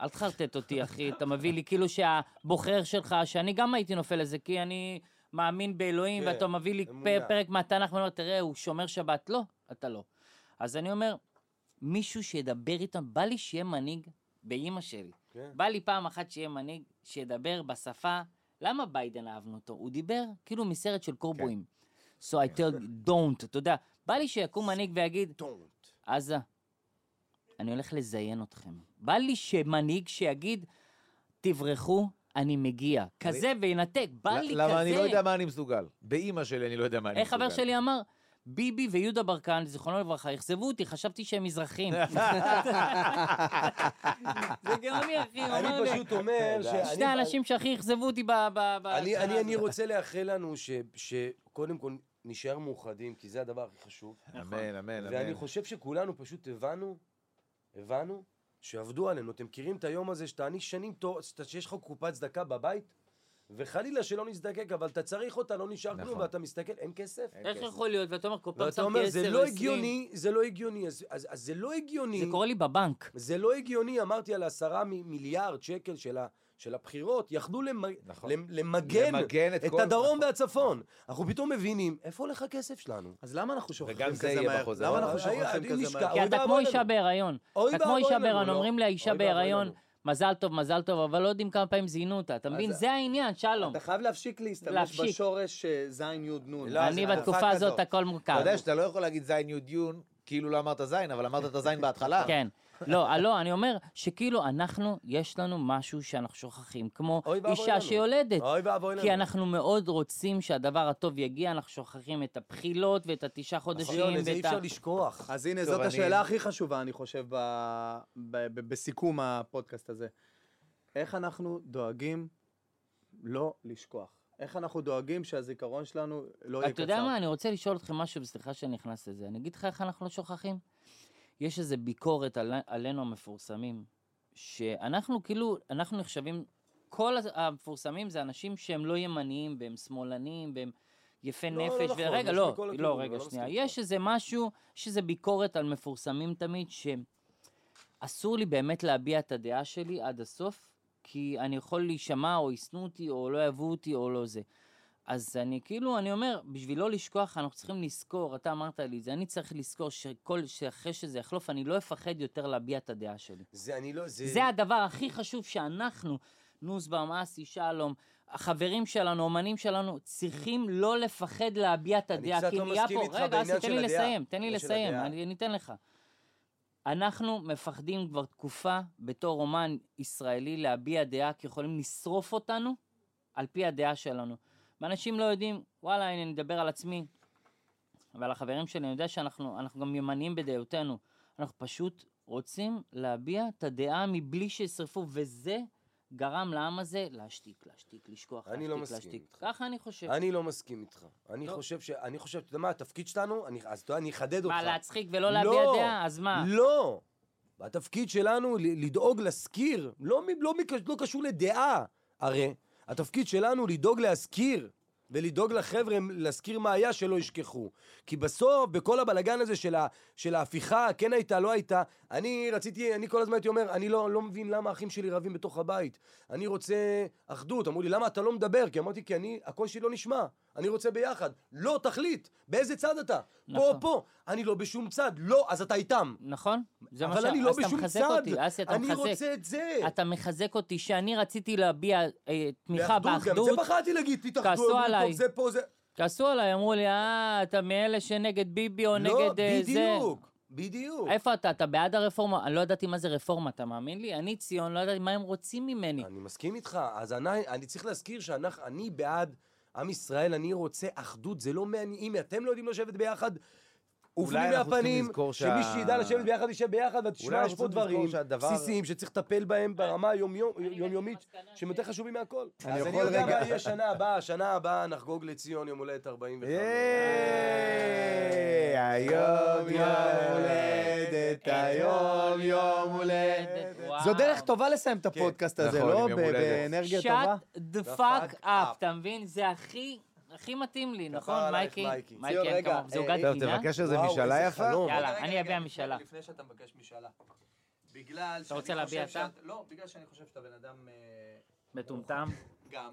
B: אל תחרטט אותי, אחי, אתה מביא לי כאילו שהבוחר שלך, שאני גם הייתי נופל לזה, כי אני מאמין באלוהים,
D: כן,
B: ואתה מביא לי
D: אמונה.
B: פ- פרק מהתנ"ך, ואני אומר, תראה, הוא שומר שבת. לא, אתה לא. אז אני אומר, מישהו שידבר איתנו, בא לי שיהיה מנהיג באימא שלי.
D: כן.
B: בא לי פעם אחת שיהיה מנהיג שידבר בשפה. למה ביידן אהבנו אותו? הוא דיבר כאילו מסרט של קורבויים.
A: כן.
B: So I tell you, don't, אתה יודע. בא לי שיקום מנהיג ויגיד,
D: Don't.
B: עזה, אני הולך לזיין אתכם. בא לי שמנהיג שיגיד, תברחו, אני מגיע. כזה וינתק, בא לי כזה.
A: למה אני לא יודע מה אני מסוגל. באימא שלי אני לא יודע מה אני
B: איך
A: מסוגל.
B: חבר שלי אמר? ביבי ויהודה ברקן, זיכרונו לברכה, אכזבו אותי, חשבתי שהם מזרחים. זה גאוני, אחי, הוא
D: אני
B: אמר לי.
D: פשוט אומר שאני...
B: שני האנשים שהכי אכזבו אותי ב... ב- ב-
D: אני,
B: בשנה
D: אני, אני
B: הזאת.
D: רוצה לאחל לנו ש, שקודם כל נשאר מאוחדים, כי זה הדבר הכי חשוב.
A: אמן, אמן,
D: ואני
A: אמן.
D: חושב שכולנו פשוט הבנו, הבנו, שעבדו עלינו. אתם מכירים את היום הזה שאתה אני שנים, תו- שאתה- שיש לך קופת צדקה בבית, וחלילה שלא נזדקק, אבל אתה צריך אותה, לא נשאר
A: נכון.
D: כלום, ואתה מסתכל, אין כסף.
A: אין
B: איך
A: כסף.
B: יכול להיות? ואתה אומר, כל פעם
D: ואתה
B: שמתי
D: אומר,
B: 10,
D: זה
B: 20.
D: לא הגיוני, זה לא הגיוני, אז, אז, אז זה לא הגיוני.
B: זה קורה לי בבנק.
D: זה לא הגיוני, אמרתי על עשרה מ- מיליארד שקל של, ה, של הבחירות, יכלו למ,
A: נכון.
D: למ, למגן,
A: למגן את
D: את
A: כל-
D: הדרום
A: נכון.
D: והצפון. אנחנו פתאום מבינים, איפה הולך הכסף שלנו?
C: אז למה אנחנו שוכחים
A: וגם זה
C: כזה
A: יהיה
C: מהר?
A: בחוזה.
C: למה
A: אבל
C: אנחנו
D: היה-
C: שוכחים
D: אני
C: כזה
D: נשכח.
C: מהר?
B: כי
D: אוי
B: אתה
D: ואבוי
B: כמו אישה
D: לנו.
B: בהיריון.
D: אוי
B: אתה כמו
D: ואבוי
B: אישה
D: לנו,
B: בהיריון,
D: לא?
B: אומרים לאישה
D: אוי ואבוי
B: בהיריון,
D: לנו.
B: מזל טוב, מזל טוב, אבל לא יודעים כמה פעמים זינו אותה, אתה מבין?
C: אז-
B: זה העניין, שלום.
C: אתה חייב להפסיק להשתמש
B: להפסיק.
C: בשורש אה, זין יוד נון.
D: לא,
B: אני
D: זה
B: בתקופה
D: תקופה
B: הזאת
D: כזאת.
B: הכל מורכב.
A: אתה יודע שאתה לא יכול להגיד זין יוד יון, כאילו לא אמרת זין, אבל אמרת את הזין
D: אה.
A: בהתחלה.
B: כן. לא, לא, אני אומר שכאילו אנחנו, יש לנו משהו שאנחנו שוכחים, כמו
D: אוי ואבוי
B: אישה
D: לנו.
B: שיולדת.
D: אוי ואבוי לנו.
B: כי אנחנו מאוד רוצים שהדבר הטוב יגיע, אנחנו שוכחים את הבחילות ואת התשעה חודשים
D: שיון, את זה נכון. אי
B: ואת ה...
D: אפשר לשכוח.
C: אז הנה,
A: טוב,
C: זאת
A: אני-
C: השאלה הכי חשובה, אני חושב, ב- ב- ב- בסיכום הפודקאסט הזה. איך אנחנו דואגים לא לשכוח? איך אנחנו דואגים שהזיכרון שלנו לא יהיה קצר?
B: אתה יודע מה, אני רוצה לשאול אתכם משהו, וסליחה שאני נכנס לזה. אני אגיד לך איך אנחנו לא שוכחים? יש איזו ביקורת על, עלינו המפורסמים, שאנחנו כאילו, אנחנו נחשבים, כל הז- המפורסמים זה אנשים שהם לא ימניים, והם שמאלנים, והם יפי
D: לא,
B: נפש.
D: לא נכון,
B: ורגע,
D: יש
B: לא,
D: מכל
B: לא,
D: הכיוונים,
B: רגע,
D: אני לא
B: שנייה.
D: מסכים
B: יש איזה משהו, יש איזו ביקורת על מפורסמים תמיד, שאסור לי באמת להביע את הדעה שלי עד הסוף, כי אני יכול להישמע, או ישנאו אותי, או לא יאהבו אותי, או לא זה. אז אני כאילו, אני אומר, בשביל לא לשכוח, אנחנו צריכים לזכור, אתה אמרת לי את זה, אני צריך לזכור שכל, שאחרי שזה יחלוף, אני לא אפחד יותר להביע את הדעה שלי.
D: זה אני לא, זה...
B: זה הדבר הכי חשוב שאנחנו, נוסבאום, אסי, שלום, החברים שלנו, אומנים שלנו, צריכים לא לפחד להביע את
D: Mm. אני
B: הדעה,
D: קצת
B: כי
D: לא
B: נהיה
D: מסכים
B: פה...
D: איתך
B: רגע, אסי,
D: בעניין
B: תן
D: של
B: לי
D: הדעה.
B: לסיים, תן לי
D: בעניין של
B: לסיים,
D: הדעה.
B: אני אני אתן לך. אנחנו מפחדים כבר תקופה, בתור אומן ישראלי, להביע דעה, כי יכולים לשרוף אותנו על פי הדעה שלנו. ואנשים לא יודעים, וואלה, הנה, אני אדבר על עצמי ועל החברים שלי, אני יודע שאנחנו אנחנו גם ימניים בדעותינו. אנחנו פשוט רוצים להביע את הדעה מבלי שישרפו, וזה גרם לעם הזה להשתיק, להשתיק, לשכוח,
D: אני
B: להשתיק,
D: לא מסכים
B: להשתיק.
D: איתך.
B: ככה אני חושב.
D: אני לא מסכים איתך. אני
B: לא.
D: חושב ש... אני חושב, אתה יודע מה, התפקיד שלנו, אני, אז אתה יודע, אני אחדד אותך.
B: מה, להצחיק ולא להביע
D: לא,
B: דעה? אז מה?
D: לא. התפקיד שלנו ל- לדאוג להזכיר, לא, מ- לא, מק- לא קשור לדעה, הרי. התפקיד שלנו לדאוג להזכיר, ולדאוג לחבר'ה להזכיר מה היה שלא ישכחו. כי בסוף, בכל הבלגן הזה של, ה, של ההפיכה, כן הייתה, לא הייתה, אני רציתי, אני כל הזמן הייתי אומר, אני לא, לא מבין למה האחים שלי רבים בתוך הבית. אני רוצה אחדות. אמרו לי, למה אתה לא מדבר? כי אמרתי, כי אני, הקול שלי לא נשמע. אני רוצה ביחד. לא, תחליט, באיזה צד אתה? פה,
B: נכון.
D: פה. אני לא בשום צד. לא, אז אתה איתם.
B: נכון? זה מה
D: אבל
B: ש-
D: אני לא
B: אז אתה
D: בשום
B: מחזק
D: צד.
B: אותי, אסי, אתה
D: אני
B: מחזק.
D: רוצה את זה.
B: אתה מחזק אותי שאני רציתי להביע אה, תמיכה
D: גם
B: באחדות.
D: זה בחרתי להגיד,
B: כעסו
D: תתאחדו, אמרו,
B: עליי.
D: טוב, זה פה, זה...
B: כעסו עליי, אמרו לי, אה, אתה מאלה שנגד ביבי או
D: לא,
B: נגד אה, זה.
D: בדיוק, בדיוק.
B: איפה אתה? אתה בעד הרפורמה? אני לא ידעתי מה זה רפורמה, אתה מאמין לי? אני ציון, לא ידעתי מה הם רוצים ממני.
D: אני מסכים איתך, אז אני, אני צריך להזכיר שאנחנו, אני בעד עם ישראל, אני רוצה אחדות, זה לא מעניין, אם אתם לא יודעים לשבת ביחד,
A: אולי
D: אופנים
A: אנחנו צריכים
D: מהפנים,
A: לזכור שה-
D: שמי שידע לשבת ביחד יישב ביחד,
A: אולי
D: ותשמע,
A: אנחנו
D: יש פה
A: צריכים לזכור
D: דברים
A: שהדבר-
D: בסיסיים שצריך לטפל בהם ברמה היומיום-
B: הגעתי
D: היומיומית,
B: למסקנה
D: שהם יותר חשובים מהכל.
C: אני
D: אז אני
C: יכול
D: יודע
C: רגע-
D: מה יהיה שנה הבאה, שנה הבאה נחגוג לציון יום הולדת 45.
A: היי, היום יום הולדת, היום יום הולדת.
B: וואו.
C: זו דרך טובה לסיים את הפודקאסט הזה,
A: נכון,
C: לא?
A: עם יום
C: ב-
A: הולדת.
C: באנרגיה טובה.
B: shut the
D: The fuck
B: fuck up,
D: up.
B: אתה מבין? זה הכי הכי מתאים לי,
D: כפרה
B: נכון,
D: עלייך,
B: מייקי?
D: מייקי.
B: מייקי,
D: ציון,
B: אין
D: רגע,
B: כמוך, זה
D: אה,
B: עוגת
A: טוב,
B: גינה?
A: תבקש איזה
D: וואו,
A: משאלה
D: איזה
A: יפה.
D: חלום.
B: יאללה,
C: רגע,
B: אני
C: רגע,
B: אביע
C: רגע,
B: משאלה.
C: לפני שאתה מבקש משאלה. בגלל
B: רוצה
C: שאני
B: להביע
C: חושב
B: אתה?
C: שאת- לא, בגלל שאני חושב שאתה בן אדם... אה,
B: מטומטם.
C: גם.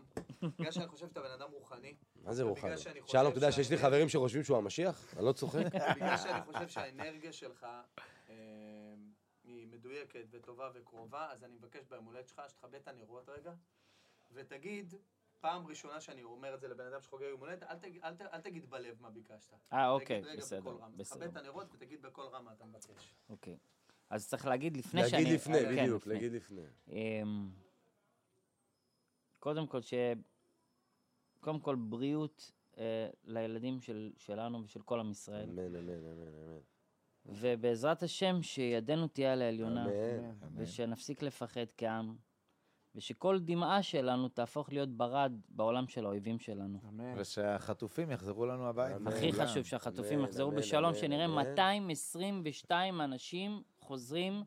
C: בגלל שאני חושב שאתה בן אדם רוחני.
D: מה זה
C: ובגלל
D: רוחני?
C: שאני חושב
D: שלום, אתה יודע שיש לי
C: שאני- אה,
D: חברים שחושבים שהוא המשיח? אני לא צוחק.
C: בגלל שאני חושב שהאנרגיה שלך אה, היא מדויקת וטובה וקרובה, אז אני מבקש ביום הולדת שלך שתכבה את הנרות רגע, ותגיד, פעם ראשונה שאני אומר את זה לבן אדם שחוגג יום הולדת, אל, תג- אל, ת- אל תגיד בלב מה ביקשת.
B: אה, אוקיי,
C: תגיד רגע
B: בסדר,
C: בקול רם. תכבה
B: בסדר,
C: את הנרות ותגיד בקול רם מה אתה מבקש.
B: אוקיי. אז צריך להגיד לפני שאני...
D: להגיד לפני,
B: כן,
D: בדיוק,
B: לפני.
D: להגיד לפני.
B: אמ, קודם כל, ש... קודם כל, בריאות אה, לילדים של, שלנו ושל כל עם ישראל.
D: אמן, אמן, אמן, אמן.
B: ובעזרת השם, שידנו תהיה על העליונה.
D: אמן.
B: ושנפסיק לפחד כעם. ושכל דמעה שלנו תהפוך להיות ברד בעולם של האויבים שלנו.
E: אמן.
A: כן, ושהחטופים יחזרו לנו הביתה.
D: אמן.
B: הכי
A: כולם.
B: חשוב שהחטופים
D: אמן,
B: יחזרו
D: אמן,
B: בשלום,
D: אמן,
B: שנראה
D: אמן.
B: 222 אנשים חוזרים,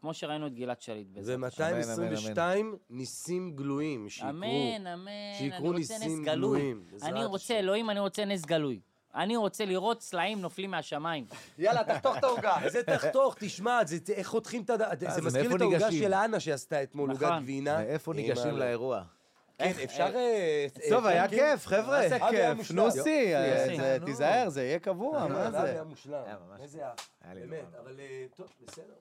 B: כמו שראינו את גלעד שליט
D: זה
B: בעזרת השם.
D: 222 ניסים גלויים שיקרו.
B: אמן, אמן.
D: שיקרו
B: אני רוצה נס
D: ניסים
B: גלוי.
D: גלויים. בעזרת
B: אני
D: השם.
B: רוצה, אלוהים, אני רוצה נס גלוי. אני רוצה לראות סלעים נופלים מהשמיים.
C: יאללה, תחתוך את העוגה.
D: זה תחתוך, תשמע, זה זה- איך חותכים את הדעת,
A: אז
D: זה מזכיר לי
A: מאיפה
D: את העוגה
A: ניגשים?
D: של אנה שעשתה אתמול,
B: נכון.
D: עוגת גבינה.
A: מאיפה
D: עם
A: ניגשים
D: ה-
A: לאירוע?
D: כן, אפשר... אה, אה,
F: טוב, היה
D: כן,
F: כיף, חבר'ה.
D: מה זה היה
F: כיף.
D: מושלם.
F: נוסי, אה,
B: יופי,
F: זה-
A: נו.
F: תיזהר, זה יהיה קבוע,
D: אה,
F: מה
D: זה
F: זה?
D: היה מושלם.
A: היה ממש
D: איזה אף.
A: היה לי
D: באמת,
A: נורא.
D: אבל אה, טוב, בסדר.